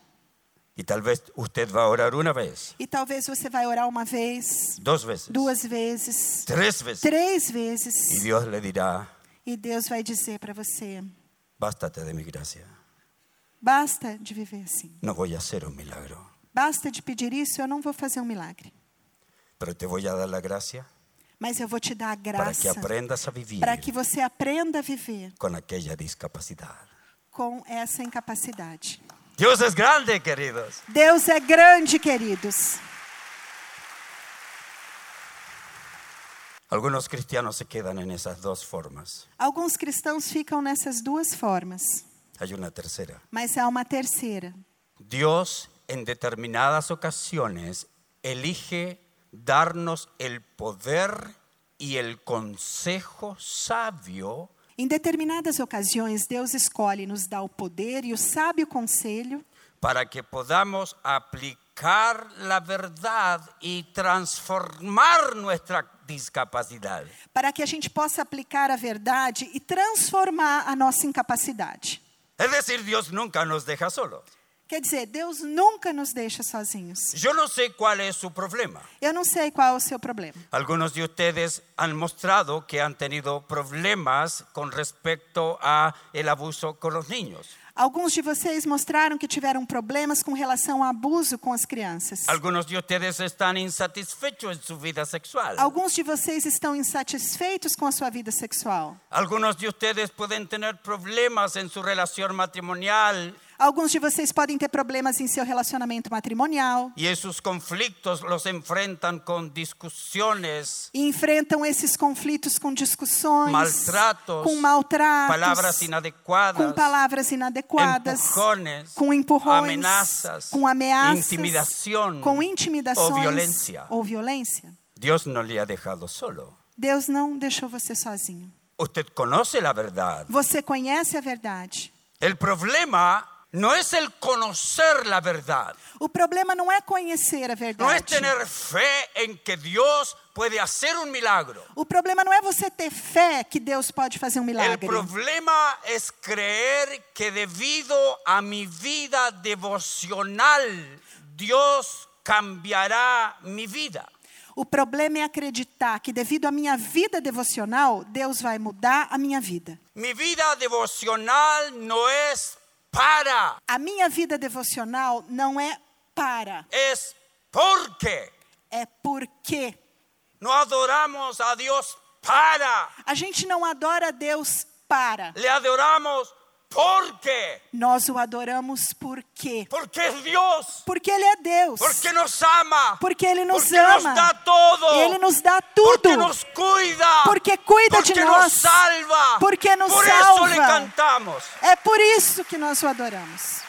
A: Y tal vez usted va a orar una vez,
B: E talvez você vai orar uma vez,
A: dos veces,
B: duas vezes,
A: tres veces.
B: três
A: Y
B: vezes,
A: Dios le dirá,
B: e Deus vai dizer para você:
A: bástate de mi gracia.
B: basta de viver assim.
A: No voy a hacer un milagro,
B: Basta de pedir isso, eu não vou fazer um milagre.
A: pero te voy a dar la gracia
B: Mas eu vou te dar a
A: para que
B: graça
A: aprendas a vivir
B: para que você aprenda a viver
A: con aquella discapacidad.
B: com essa incapacidade.
A: Dios es grande, queridos.
B: Deus é grande, queridos.
A: Algunos cristianos se quedan en esas dos formas.
B: Alguns cristãos ficam nessas duas formas,
A: Hay una tercera.
B: mas há uma terceira.
A: Dios en determinadas ocasiones elige darnos el poder y el consejo sabio
B: Em determinadas ocasiões, Deus escolhe nos dar o poder e o sábio conselho
A: para que podamos aplicar la verdad y transformar nuestra discapacidad.
B: para que a gente possa aplicar a verdade e transformar a nossa incapacidade.
A: Es decir, Dios nunca nos deja solos.
B: Quer dizer, Deus nunca nos deixa sozinhos.
A: Yo no sé cuál es su problema.
B: Eu não sei qual é o seu problema.
A: Algunos de ustedes han mostrado que han tenido problemas con respecto a el abuso con los niños.
B: Alguns de vocês mostraram que tiveram problemas com relação ao abuso com as crianças.
A: Algunos de ustedes están insatisfechos en su vida sexual.
B: Alguns de vocês estão insatisfeitos com a sua vida sexual.
A: Algunos de ustedes pueden tener problemas en su relación matrimonial
B: Alguns de vocês podem ter problemas em seu relacionamento matrimonial
A: y esos conflictos los enfrentan con discusiones,
B: e enfrentam esses conflitos com discussões,
A: Maltratos,
B: com maltratos,
A: palabras inadecuadas,
B: com palavras inadequadas,
A: empujones,
B: com empurrões,
A: amenazas,
B: com ameaças,
A: intimidação
B: com intimidações
A: ou violência.
B: ou violência.
A: Dios no le ha dejado solo.
B: Deus não deixou você sozinho.
A: Usted conoce la verdad.
B: Você conhece a verdade.
A: El problema no es el conocer la verdad,
B: O problema não é conhecer
A: no
B: a
A: es
B: verdade.
A: tener fe en que Dios puede hacer un milagro.
B: O problema não é você ter fé que Deus pode fazer um
A: El
B: milagre.
A: problema es creer que debido a mi vida devocional, Dios cambiará mi vida.
B: O problema é acreditar que, devido à minha vida devocional, Deus vai mudar a minha vida.
A: Mi vida devocional no es para,
B: A minha vida devocional não é para,
A: es porque.
B: é porque.
A: No adoramos a Dios para,
B: A gente não adora a Deus para,
A: le adoramos porque.
B: nós o adoramos porque.
A: Porque es Dios.
B: Porque Ele é Deus.
A: Porque nos ama.
B: Porque Ele nos
A: porque
B: ama.
A: nos da todo.
B: Ele nos dá tudo.
A: Porque nos cuida.
B: Porque cuida de
A: Porque
B: nós.
A: nos salva.
B: Porque nos
A: Por eso
B: salva.
A: le cantamos.
B: É por isso que nós o adoramos.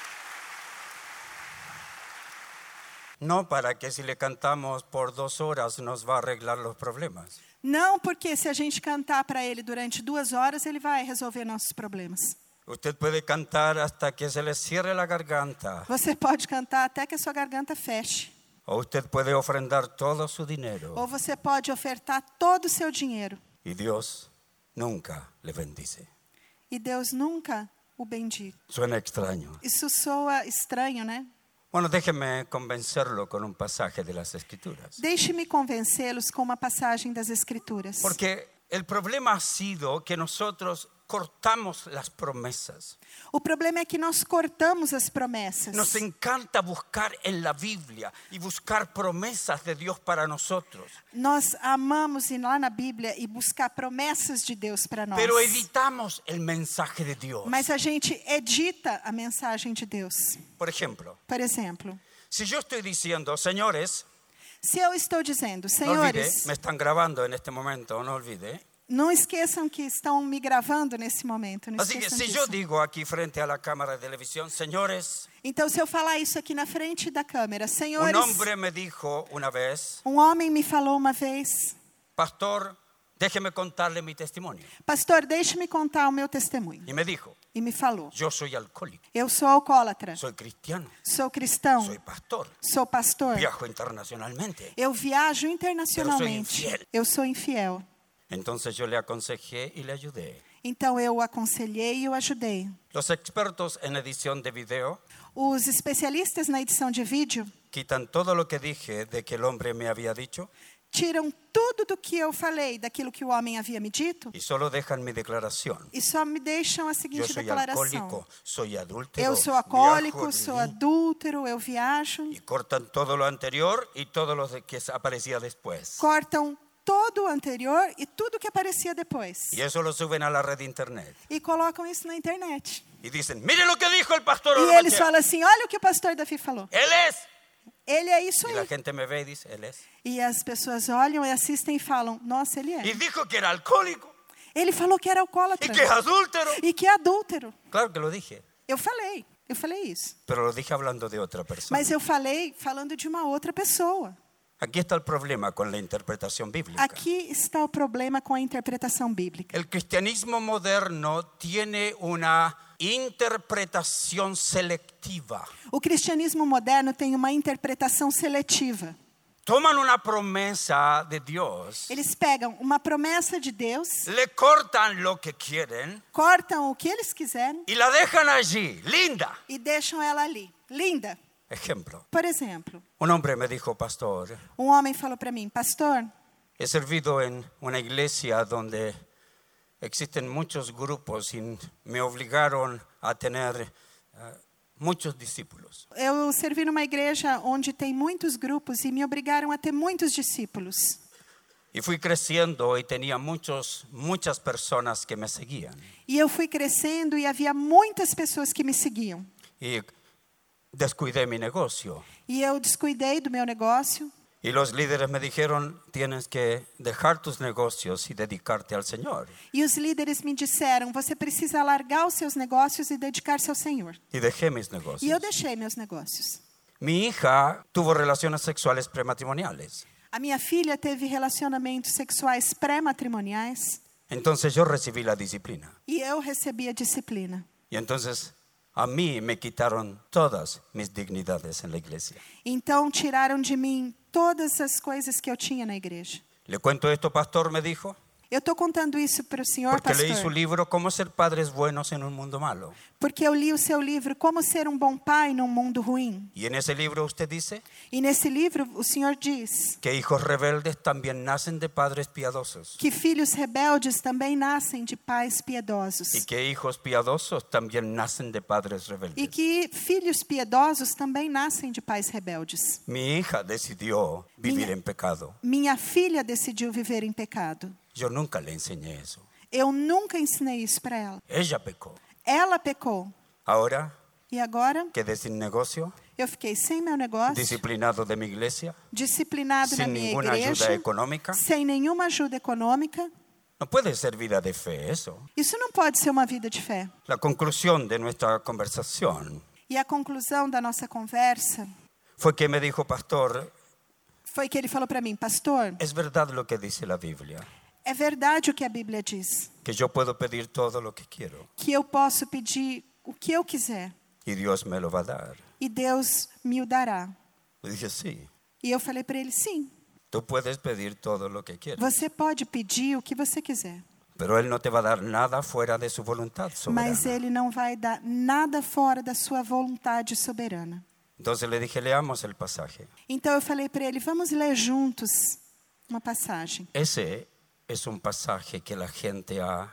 A: No para que si le cantamos por dos horas nos va a arreglar los problemas.
B: Não porque se a gente cantar para Ele durante duas horas, Ele vai resolver nossos problemas.
A: Usted puede cantar hasta que se le cierre la garganta.
B: Você pode cantar até que a sua garganta feche.
A: O usted puede ofrendar todo su
B: Ou
A: dinero.
B: você pode ofertar todo o seu dinheiro.
A: Y Dios nunca le bendice.
B: E Deus nunca o bendiga.
A: Suena extraño.
B: Isso soa estranho, né?
A: Bueno, déjeme convencerlo con un pasaje de las Escrituras.
B: Deixe-me convencê-los com uma passagem das Escrituras.
A: Porque el problema ha sido que nosotros cortamos las promesas.
B: O problema é que nós cortamos as promessas.
A: Nos encanta buscar en la Biblia y buscar promesas de Dios para nosotros.
B: Nós amamos ir lá na Bíblia e buscar promessas de Deus para nós.
A: Pero editamos el mensaje de Dios.
B: Mas a gente edita a mensagem de Deus.
A: Por ejemplo,
B: Por exemplo,
A: si yo estoy diciendo, señores,
B: se eu estou dizendo,
A: no olvide,
B: senhores,
A: me están grabando en este momento, no olvide.
B: não esqueçam que estão me gravando nesse momento. Não
A: Así que
B: esqueçam
A: si
B: disso.
A: yo digo aquí frente a la cámara de televisión, señores,
B: Então, se eu falar isso aqui na frente da câmera,
A: un
B: senhores,
A: hombre me dijo una vez,
B: um homem me falou uma vez,
A: pastor, Déjeme contarle mi testimonio.
B: Pastor, deixe-me contar o meu testemunho.
A: Y me dijo,
B: E me falou:
A: yo soy alcohólico,
B: Eu sou alcoólatra,
A: soy cristiano,
B: sou cristão,
A: soy pastor,
B: sou pastor.
A: viajo internacionalmente.
B: Eu viajo
A: Eu
B: internacionalmente.
A: sou infiel.
B: Eu sou infiel.
A: Entonces yo le aconsejé y le ayudé.
B: Então eu o aconselhei e o ajudei.
A: Los expertos en edición de video
B: Os especialistas na edição de vídeo
A: quitan todo lo que dije de que el hombre me había dicho
B: tiram tudo do que eu falei, daquilo que o homem havia me dito,
A: y solo dejan mi declaración.
B: e só me deixam a
A: Yo
B: seguinte
A: soy
B: declaração:
A: alcohólico, soy adúltero.
B: Eu sou
A: viajo-
B: alcoólico, sou adúltero, eu viajo.
A: Y cortan todo lo anterior y todo lo de- que aparecía después.
B: Cortam todo o anterior e tudo que aparecia depois.
A: Y eso lo suben a la red de internet.
B: E colocam isso na internet.
A: Y dicen, mire lo que dijo el pastor.
B: E
A: Oromachea.
B: eles falam assim: olha o que o pastor Davi falou.
A: Él es.
B: Ele é isso
A: Y la
B: aí.
A: gente me ve y dice, él es.
B: E as pessoas olham e assistem e falam: nossa, ele
A: Y
B: é.
A: dijo que era alcohólico
B: Ele falou que era
A: y
B: alcoólatra
A: que es adúltero.
B: e que é adúltero.
A: Claro que lo dije,
B: Eu falei, eu falei isso.
A: pero lo dije hablando de otra persona.
B: Mas eu falei falando de uma outra pessoa.
A: Aquí está el problema con la interpretación bíblica.
B: Aqui está o problema com a interpretação bíblica.
A: El cristianismo moderno tiene una interpretación selectiva.
B: O cristianismo moderno tem uma interpretação seletiva.
A: Toman una promesa de Dios,
B: Eles pegam uma promessa de Deus,
A: le cortan lo que quieren
B: cortam o que eles quiserem
A: y la dejan allí, linda.
B: e deixam ela ali. Linda.
A: Ejemplo,
B: Por exemplo,
A: un hombre me dijo, pastor,
B: um homem falou para mim, pastor,
A: he servido en una iglesia donde existen muchos grupos y me obligaron a tener eh, muchos discípulos.
B: eu servi numa igreja onde tem muitos grupos e me obrigaram a ter muitos discípulos.
A: Y fui creciendo y tenía muchos, muchas personas que me seguían.
B: E eu fui crescendo e havia muitas pessoas que me seguiam.
A: y descuidé mi negocio.
B: E eu descuidei do meu negócio.
A: Y los líderes me dijeron, tienes que dejar tus negocios y dedicarte al Señor.
B: E os líderes me disseram: você precisa largar os seus negócios e dedicar-se ao Senhor.
A: Y dejé mis
B: E eu
A: negocios.
B: deixei meus negócios.
A: Mi hija tuvo relaciones sexuales prematrimoniales.
B: A minha filha teve relacionamentos sexuais pré-matrimoniais
A: Entonces yo recibí la disciplina.
B: e eu recebi a disciplina.
A: Y entonces a mí me quitaron todas mis dignidades en la iglesia.
B: Então tiraram de mim todas as coisas que eu tinha na igreja.
A: Le cuento esto, pastor, me dijo,
B: Eu estou contando isso para o senhor,
A: porque leí su
B: pastor,
A: libro, Cómo ser padres buenos en un mundo malo.
B: porque eu li o seu livro Como Ser um Bom Pai num Mundo Ruim.
A: Y en ese libro usted dice
B: E nesse livro o senhor diz
A: que hijos rebeldes también nacen de padres piadosos.
B: que filhos rebeldes também nascem de pais piedosos.
A: Y que hijos piadosos también nacen de padres rebeldes.
B: E que filhos piedosos também nascem de pais rebeldes.
A: Mi hija decidió vivir
B: Mira.
A: en pecado.
B: Minha filha decidiu viver em pecado.
A: Yo nunca le enseñé eso.
B: Eu nunca ensinei isso para ela.
A: Ella pecó.
B: Ela pecou.
A: Ahora
B: E agora
A: quedé sin negocio,
B: eu fiquei sem meu negócio,
A: disciplinado de mi iglesia,
B: disciplinado na
A: sin
B: minha
A: ninguna
B: igreja,
A: ayuda económica.
B: sem nenhuma ajuda econômica.
A: No puede ser vida de fe eso.
B: Isso não pode ser uma vida de fé.
A: La conclusión de nuestra conversación
B: E a conclusão da nossa conversa
A: fue que me dijo, pastor,
B: foi que ele falou para mim, pastor,
A: es verdad lo que dice la Biblia,
B: é verdade o que a Bíblia diz,
A: que yo puedo pedir todo lo que quiero
B: que eu posso pedir o que eu quiser
A: y Dios me lo va a dar.
B: e Deus me o dará.
A: Le dije, sí,
B: E eu falei para ele: sim,
A: tú puedes pedir todo lo que quieras.
B: você pode pedir o que você quiser,
A: Pero Él no te va a dar nada fuera de su voluntad soberana.
B: mas ele não vai dar nada fora da sua vontade soberana.
A: Entonces le dije, leamos el pasaje.
B: Então eu falei para ele: vamos ler juntos uma passagem.
A: Ese es un pasaje que la gente ha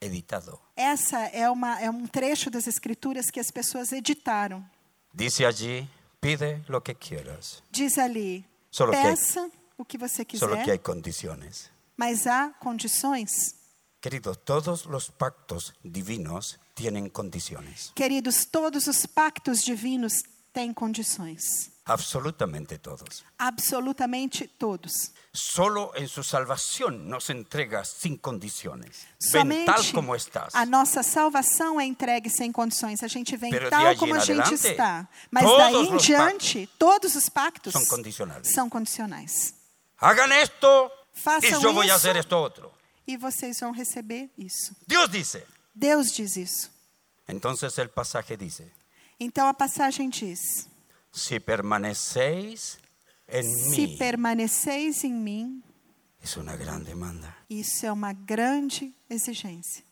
A: editado.
B: Essa é, uma, é um trecho das Escrituras que as pessoas editaram.
A: Dice allí, pide lo que quieras,
B: Diz ali:
A: Só que-
B: peça o que você
A: solo que hay
B: quiser,
A: condiciones.
B: mas há condições.
A: Queridos, todos los pactos divinos tienen condiciones,
B: Queridos, todos os pactos divinos têm condições.
A: absolutamente todos.
B: Absolutamente todos.
A: Solo en su salvación nos entrega sin condiciones. Ven
B: Somente
A: tal como estás.
B: a nossa salvação é entregue sem condições. A gente vem
A: Pero de
B: tal
A: allí
B: como a
A: en
B: gente
A: adelante,
B: está. Mas
A: todos
B: daí em
A: los
B: diante, todos os pactos
A: São condicionais.
B: são condicionais.
A: Hagan esto y
B: Façam
A: yo voy a
B: isso.
A: hacer esto otro.
B: e vocês vão receber isso.
A: Dios dice.
B: Deus diz isso.
A: Entonces el pasaje dice,
B: Então a passagem diz:
A: si permanecéis en
B: Se
A: mí,
B: permaneceis em mim,
A: es una gran demanda.
B: isso é uma grande exigência.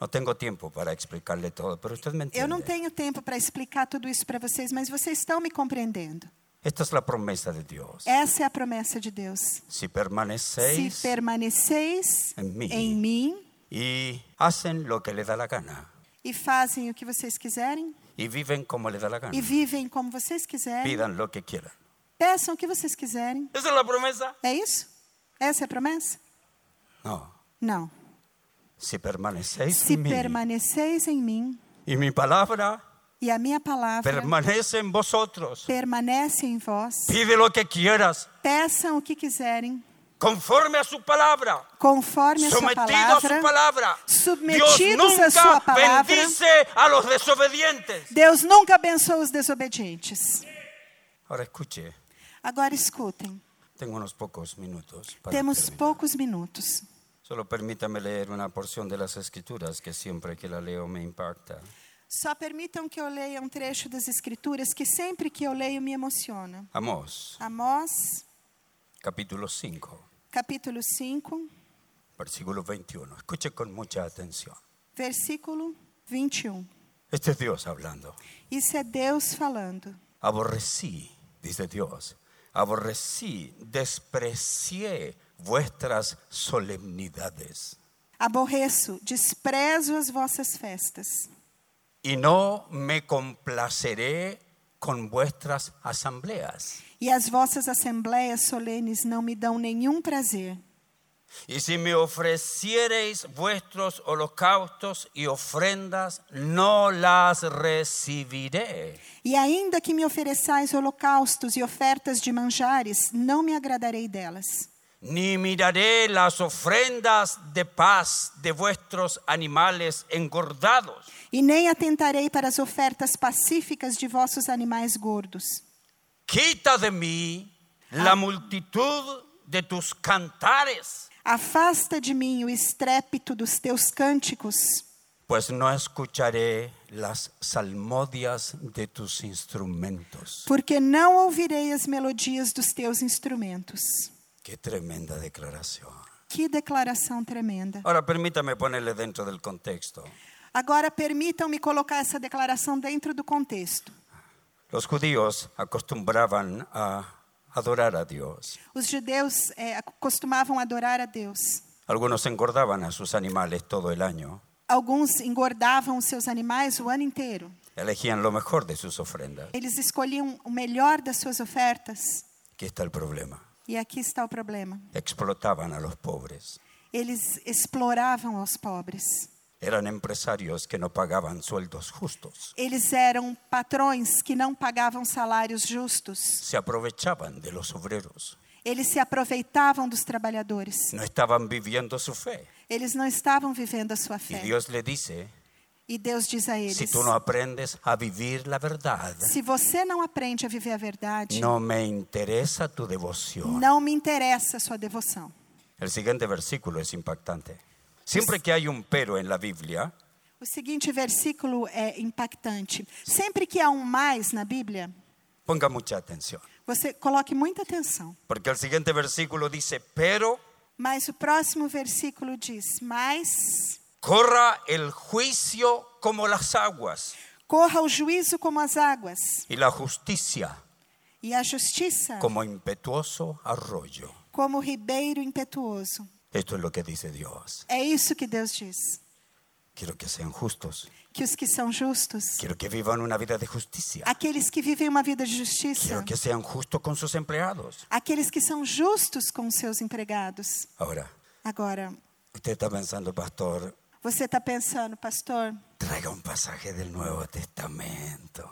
A: No tengo tiempo para explicarle todo, pero usted me
B: Eu não
A: entiende.
B: tenho tempo para explicar tudo isso para vocês, mas vocês estão me compreendendo.
A: Esta es la promesa de Dios.
B: Essa é a promessa de Deus.
A: Si
B: Se
A: permanecéis
B: permaneceis
A: em mim.
B: em mim
A: y hacen lo que le da la gana
B: e fazem o que vocês quiserem
A: y viven como le da la gana,
B: e vivem como vocês quiserem,
A: pidan lo que quieran.
B: peçam o que vocês quiserem.
A: ¿Esa es la promesa?
B: É isso? Essa é a promessa?
A: No.
B: Não.
A: Si permanecéis
B: Se
A: en mí
B: permaneceis em mim
A: y mi palabra
B: e a minha palavra
A: permanece en vosotros,
B: permanece em vós,
A: pide lo que quieras
B: peçam o que quiserem,
A: conforme a su palabra.
B: conforme a sua
A: sometido a
B: palavra,
A: su palabra. Dios
B: submetidos à sua
A: nunca
B: palavra.
A: bendice a los desobedientes.
B: Deus nunca abençoa os desobedientes.
A: Ahora escuche,
B: Agora escutem,
A: tengo unos pocos minutos. para
B: temos
A: terminar.
B: poucos minutos.
A: Solo permítame leer una porción de las escrituras que siempre que la leo me impacta.
B: Só permitam que eu leia um trecho das Escrituras que sempre que eu leio me emociona.
A: Amós,
B: Amós,
A: capítulo 5,
B: capítulo 5,
A: versículo 21. Escuche con mucha atención.
B: versículo 21.
A: Este es Dios hablando.
B: Isso é Deus falando.
A: Aborrecí, dice Dios, aborrecí, desprecié vuestras solemnidades.
B: Aborreço, desprezo as vossas festas.
A: y no me complaceré con vuestras asambleas.
B: E as vossas assembléias solenes não me dão nenhum prazer.
A: Y si me ofreciereis vuestros holocaustos y ofrendas, no las recibiré.
B: E ainda que me ofereçais holocaustos e ofertas de manjares, não me agradarei delas.
A: Ni miraré las ofrendas de paz de vuestros animales engordados.
B: E nem atentarei para as ofertas pacíficas de vossos animais gordos.
A: Quita de mí la multitud de tus cantares,
B: Afasta de mim o estrépito dos teus cânticos,
A: pues no escucharé las salmodias de tus instrumentos.
B: porque não ouvirei as melodias dos teus instrumentos.
A: Qué tremenda declaración.
B: Que declaração tremenda.
A: Ahora permítame ponerle dentro del contexto.
B: Agora permitam-me colocar essa declaração dentro do contexto.
A: Los judíos acostumbraban a adorar a Dios.
B: Os judeus eh, costumavam adorar a Deus.
A: Algunos engordaban a sus animales todo el año.
B: Alguns engordavam os seus animais o ano inteiro.
A: Elegían lo mejor de sus ofrendas.
B: Eles escolhiam o melhor das suas ofertas.
A: Aquí está el problema.
B: E aqui está o problema.
A: Explotaban a los pobres.
B: Eles exploravam os pobres.
A: Eran empresarios que no pagaban sueldos justos.
B: Eles eram patrões que não pagavam salários justos.
A: Se aprovechaban de los obreros.
B: Eles se aproveitavam dos trabalhadores.
A: No estaban viviendo su fe.
B: Eles não estavam vivendo a sua
A: Y
B: fé.
A: Dios le dice,
B: E Deus diz a eles:
A: si tú no aprendes a vivir la verdad,
B: Se você não aprende a viver a verdade,
A: No me interesa tu devoción.
B: não me interessa a sua devoção.
A: El siguiente versículo es impactante. Siempre que hay un pero en la Biblia,
B: O seguinte versículo é impactante. Sempre que há um mais na Bíblia,
A: ponga mucha atención.
B: você coloque muita atenção.
A: Porque el siguiente versículo dice, pero
B: Mas o próximo versículo diz: Mas
A: corra el juicio como las aguas
B: corra o juízo como as águas,
A: y la justicia
B: e a justiça
A: como impetuoso arroyo.
B: como o ribeiro impetuoso.
A: Esto es lo que dice Dios.
B: É isso que Deus diz.
A: Quiero que sean justos.
B: Que os que são justos,
A: Quiero que vivan una vida de justicia.
B: aqueles que vivem uma vida de justiça,
A: Quiero que sean justos con sus empleados.
B: aqueles que são justos com os seus empregados.
A: Ahora,
B: Agora,
A: usted está pensando, pastor,
B: você está pensando, pastor,
A: Traiga un pasaje del Nuevo Testamento.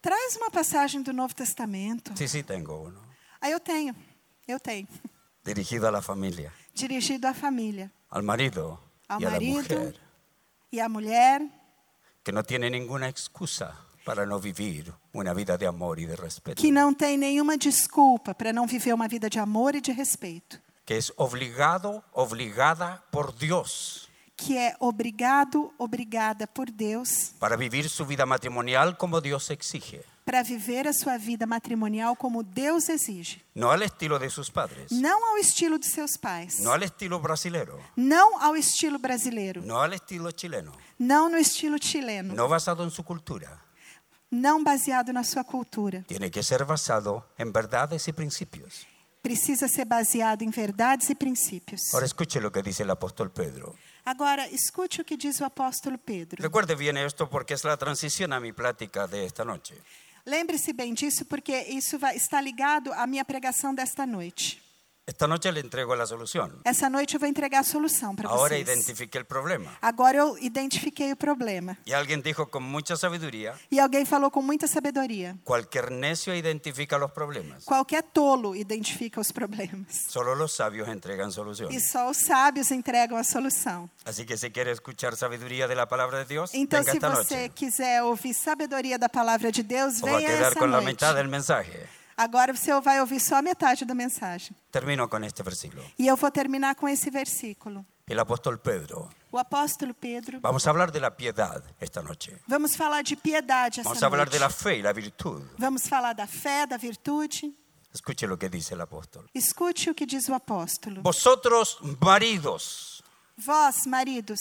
B: traz uma passagem do Novo Testamento.
A: Sí, sí, tengo uno.
B: Aí eu tenho, eu tenho.
A: Dirigido a la familia,
B: Dirigido à família,
A: al marido
B: ao
A: y a la
B: marido
A: mujer,
B: e à mulher,
A: que no tiene ninguna excusa para no vivir una vida de amor y de respeto.
B: que não tem nenhuma desculpa para não viver uma vida de amor e de respeito.
A: que es obligado, obligada por Dios
B: que é obrigado, obrigada por Deus
A: para vivir su vida matrimonial como Dios exige,
B: para viver a sua vida matrimonial como Deus exige,
A: no al estilo de sus padres,
B: não ao estilo de seus pais,
A: no al estilo brasilero,
B: não ao estilo brasileiro,
A: no al estilo chileno,
B: não no estilo chileno,
A: no basado en su cultura.
B: não baseado na sua cultura.
A: Tiene que ser basado en verdades y principios.
B: Precisa ser baseado em verdades e princípios.
A: Ahora escuche lo que dice el apóstol Pedro.
B: Agora, escute o que diz o apóstolo Pedro.
A: Recuerde bien esto porque es la transición a mi plática de esta noche.
B: Lembre-se bem disso, porque isso vai, está ligado à minha pregação desta noite.
A: Esta noche le entrego la solución.
B: Essa noite eu vou entregar a solução para
A: Ahora
B: vocês.
A: identifique el problema.
B: Agora eu identifiquei o problema.
A: Y alguien dijo con mucha sabiduría,
B: E alguém falou com muita sabedoria.
A: cualquier necio identifica los problemas.
B: Qualquer tolo identifica os problemas.
A: Solo los sabios entregan
B: E
A: soluciones.
B: só os sábios entregam a solução.
A: Así que si quiere escuchar sabiduría de la palabra de Dios,
B: Então,
A: venga
B: se
A: esta
B: você
A: noche.
B: quiser ouvir sabedoria da palavra pues, eh, de Deus,
A: O va a
B: venha
A: quedar
B: essa
A: con la mitad
B: noite.
A: del mensaje.
B: Agora você vai ouvir só a metade da mensagem.
A: Termino con este versículo.
B: E eu vou terminar com esse versículo.
A: El apóstol Pedro.
B: O apóstolo Pedro.
A: Vamos a hablar de la piedad esta noche.
B: Vamos falar de piedade essa
A: Vamos a hablar
B: noite.
A: de la fe y la virtud.
B: Vamos falar da fé, da virtude.
A: Escuche lo que dice el apóstol.
B: Escute o que diz o apóstolo.
A: Vosotros maridos.
B: Vós, maridos,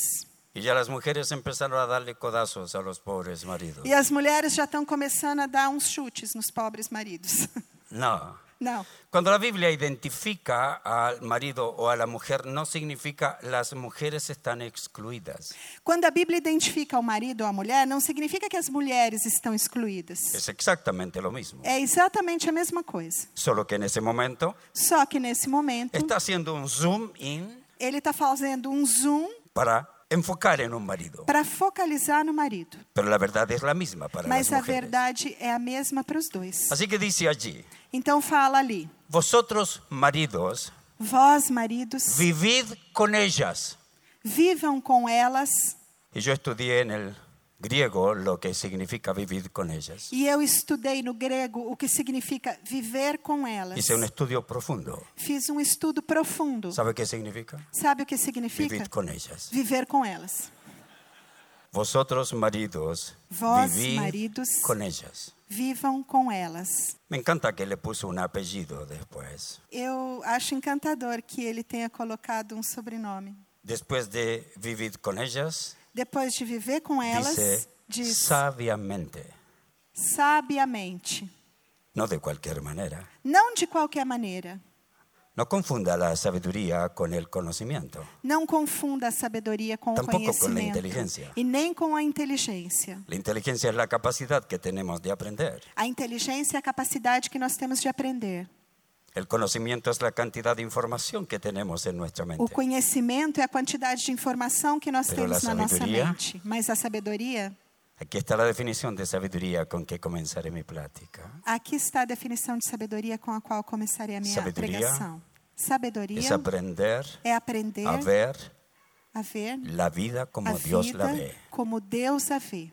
A: Y ya las mujeres empezaron a darle codazos a los pobres maridos.
B: E as mulheres já estão começando a dar uns chutes nos pobres maridos.
A: No.
B: Não.
A: Cuando la Biblia identifica al marido o a la mujer, no significa las mujeres están excluidas.
B: Quando a Bíblia identifica o marido ou a mulher, não significa que as mulheres estão excluídas.
A: Es exactamente lo mismo.
B: É exatamente a mesma coisa.
A: Solo que en ese momento
B: Só que nesse momento,
A: está haciendo un zoom in
B: ele está fazendo um zoom
A: para enfocar en un marido.
B: para focalizar no marido.
A: Pero la verdad es la misma para
B: Mas a
A: las mujeres.
B: verdade é a mesma para os dois.
A: Así que dice allí,
B: Então fala ali:
A: vosotros maridos,
B: Vós, maridos,
A: vivid con ellas.
B: vivam com elas.
A: Y yo estudié en el griego lo que significa vivir con ellas.
B: E eu estudei no grego o que significa viver com elas.
A: Hice un estudio profundo.
B: Fiz um estudo profundo.
A: é ¿Sabe qué significa?
B: Sabe o que significa?
A: Vivid con ellas.
B: Viver com elas.
A: Vosotros maridos,
B: Vos,
A: vivid
B: maridos.
A: con ellas.
B: Vivam com elas.
A: Me encanta que le puso un apellido después.
B: Eu acho encantador que ele tenha colocado um sobrenome.
A: Después de vivid con ellas,
B: Depois de viver com elas,
A: dice
B: diz
A: sabiamente,
B: sabiamente.
A: no de cualquier manera.
B: Não de qualquer maneira.
A: No confunda la sabiduría con el conocimiento.
B: Não confunda a sabedoria com
A: Tampouco
B: o
A: com a
B: conhecimento.
A: inteligência.
B: E nem com a inteligência.
A: La inteligencia es la capacidad que tenemos de aprender.
B: A inteligência é a capacidade que nós temos de aprender.
A: El conocimiento es la cantidad de información que tenemos en nuestra
B: O
A: mente.
B: conhecimento é a quantidade de informação que nós
A: Pero
B: temos
A: la
B: na nossa
A: sabedoria-
B: mente. Mas a sabedoria
A: Aquí está la definición de sabiduría con que comenzaré mi plática.
B: Aqui está a definição de sabedoria com a qual começarei a minha
A: Sabedoria
B: pregação. Sabedoria
A: Es aprender
B: é aprender
A: a ver
B: a ver
A: la vida
B: a
A: como Dios
B: vida
A: la ve.
B: como Deus a vê.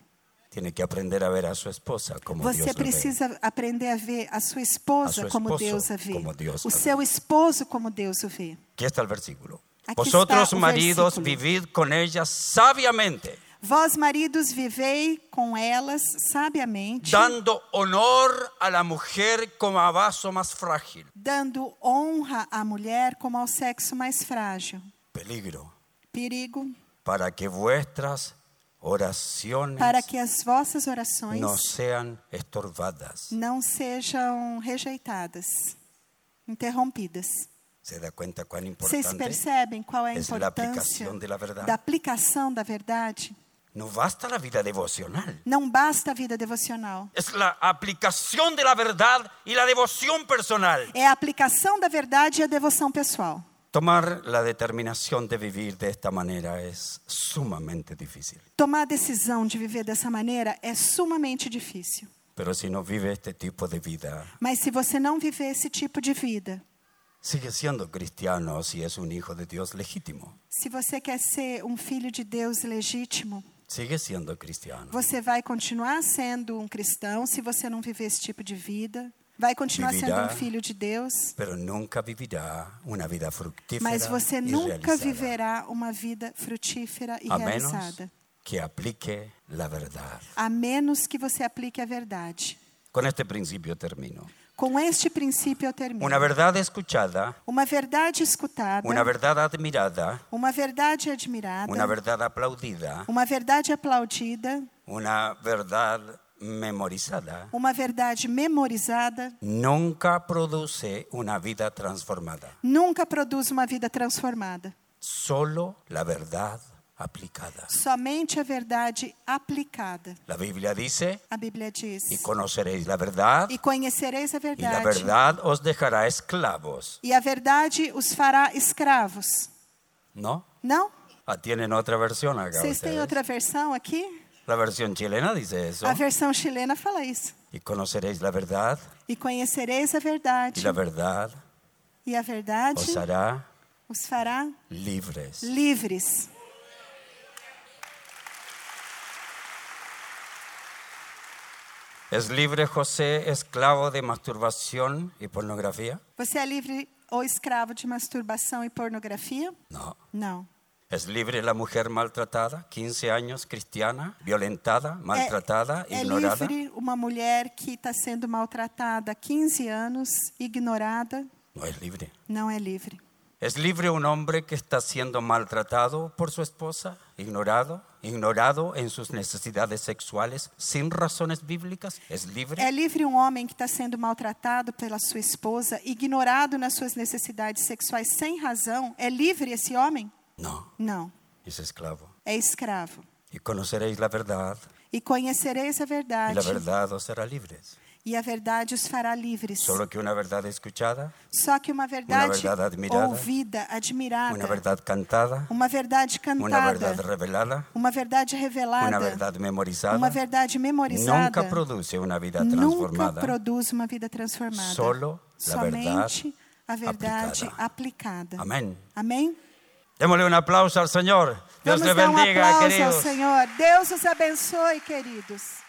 A: Tiene que aprender a ver a su esposa como
B: Você
A: Dios la ve.
B: precisa aprender a ver a sua esposa
A: A seu
B: como
A: esposo
B: Deus a vê.
A: como Deus
B: o
A: a vê.
B: seu esposo como Deus o vê.
A: Aquí está el versículo.
B: Aquí
A: Vosotros
B: está el
A: maridos
B: versículo.
A: vivid con ellas sabiamente,
B: Vós, maridos, vivei com elas sabiamente,
A: dando honor a la mujer como a vaso más frágil.
B: dando honra à mulher como ao sexo mais frágil.
A: Peligro.
B: Perigo
A: Para que vuestras oraciones
B: para que as vossas orações
A: no sean estorbadas.
B: não sejam rejeitadas, interrompidas.
A: ¿Se da cuenta cuán
B: Vocês
A: importante?
B: percebem qual é a
A: es la
B: importância
A: aplicación de la verdad.
B: da aplicação da verdade?
A: No basta la vida devocional.
B: Não basta a vida devocional.
A: Es la aplicación de la verdad y la devoción personal.
B: É a aplicação da verdade e a devoção pessoal.
A: Tomar la determinación de vivir de esta manera es sumamente difícil.
B: Tomar a decisão de viver dessa maneira é sumamente difícil.
A: Pero si no vive este tipo de vida,
B: Mas se você não viver esse tipo de vida,
A: sigue siendo cristiano si es un hijo de Dios legítimo.
B: se você quer ser um filho de Deus legítimo,
A: Sigue siendo cristiano.
B: você vai continuar sendo um cristão se você não viver esse tipo de vida. Vai continuar sendo um
A: Vivirá.
B: filho de Deus,
A: pero nunca vivirá una vida fructífera.
B: mas você
A: y
B: nunca
A: realizada,
B: viverá uma vida frutífera e
A: a menos
B: realizada,
A: que aplique la verdad.
B: a menos que você aplique a verdade.
A: Con este principio termino.
B: Com este princípio eu termino.
A: Una verdad escuchada,
B: Uma verdade escutada,
A: una verdad admirada,
B: uma verdade admirada,
A: una verdad aplaudida,
B: uma verdade aplaudida,
A: una verdad memorizada,
B: uma verdade memorizada,
A: nunca produce una vida transformada.
B: nunca produz uma vida transformada.
A: Solo la verdad aplicada.
B: Somente a verdade aplicada.
A: La Biblia dice,
B: A Bíblia diz:
A: y conoceréis la verdad,
B: E conhecereis a
A: y la
B: verdade,
A: verdad os dejará esclavos.
B: e a verdade os fará escravos.
A: ¿No?
B: Não?
A: Ah, tienen otra versión acá.
B: Vocês têm
A: ustedes.
B: outra versão aqui?
A: La versión chilena dice eso.
B: A versão chilena fala isso.
A: Y conoceréis la verdad,
B: E conhecereis a
A: y
B: verdade,
A: la verdad
B: e a verdade
A: os hará
B: os fará
A: libres.
B: livres.
A: ¿Es libre José, esclavo de masturbación y pornografía?
B: Você é livre ou escravo de masturbação e pornografia?
A: No.
B: Não.
A: ¿Es libre la mujer maltratada, 15 años, cristiana, violentada, maltratada,
B: é, é
A: ignorada?
B: livre uma mulher que está sendo maltratada há 15 anos, ignorada,
A: No es libre.
B: não é livre.
A: ¿Es libre un hombre que está siendo maltratado por su esposa, ignorado, ignorado en sus necesidades sexuales sin razones bíblicas? ¿Es libre?
B: É livre um homem que está sendo maltratado pela sua esposa, ignorado nas suas necessidades sexuais sem razão? É livre esse homem?
A: No,
B: Não,
A: es esclavo.
B: é escravo.
A: Y conoceréis la verdad,
B: E conhecereis a
A: y la
B: verdade,
A: verdad os hará libres.
B: e a verdade os fará livres.
A: Solo que una verdad escuchada,
B: Só que uma verdade,
A: verdade admirada,
B: ouvida, admirada,
A: una verdad cantada,
B: uma verdade
A: una
B: cantada,
A: verdad revelada,
B: uma verdade revelada,
A: una verdad memorizada,
B: uma verdade memorizada,
A: nunca produce una vida
B: nunca
A: transformada.
B: produz uma vida transformada.
A: Solo la
B: Somente a verdade
A: aplicada.
B: aplicada.
A: Amén.
B: Amém?
A: Démosle un aplauso al Señor. Dios
B: Vamos
A: le
B: dar um
A: bendiga,
B: aplauso ao
A: queridos.
B: Senhor. Deus os abençoe, queridos.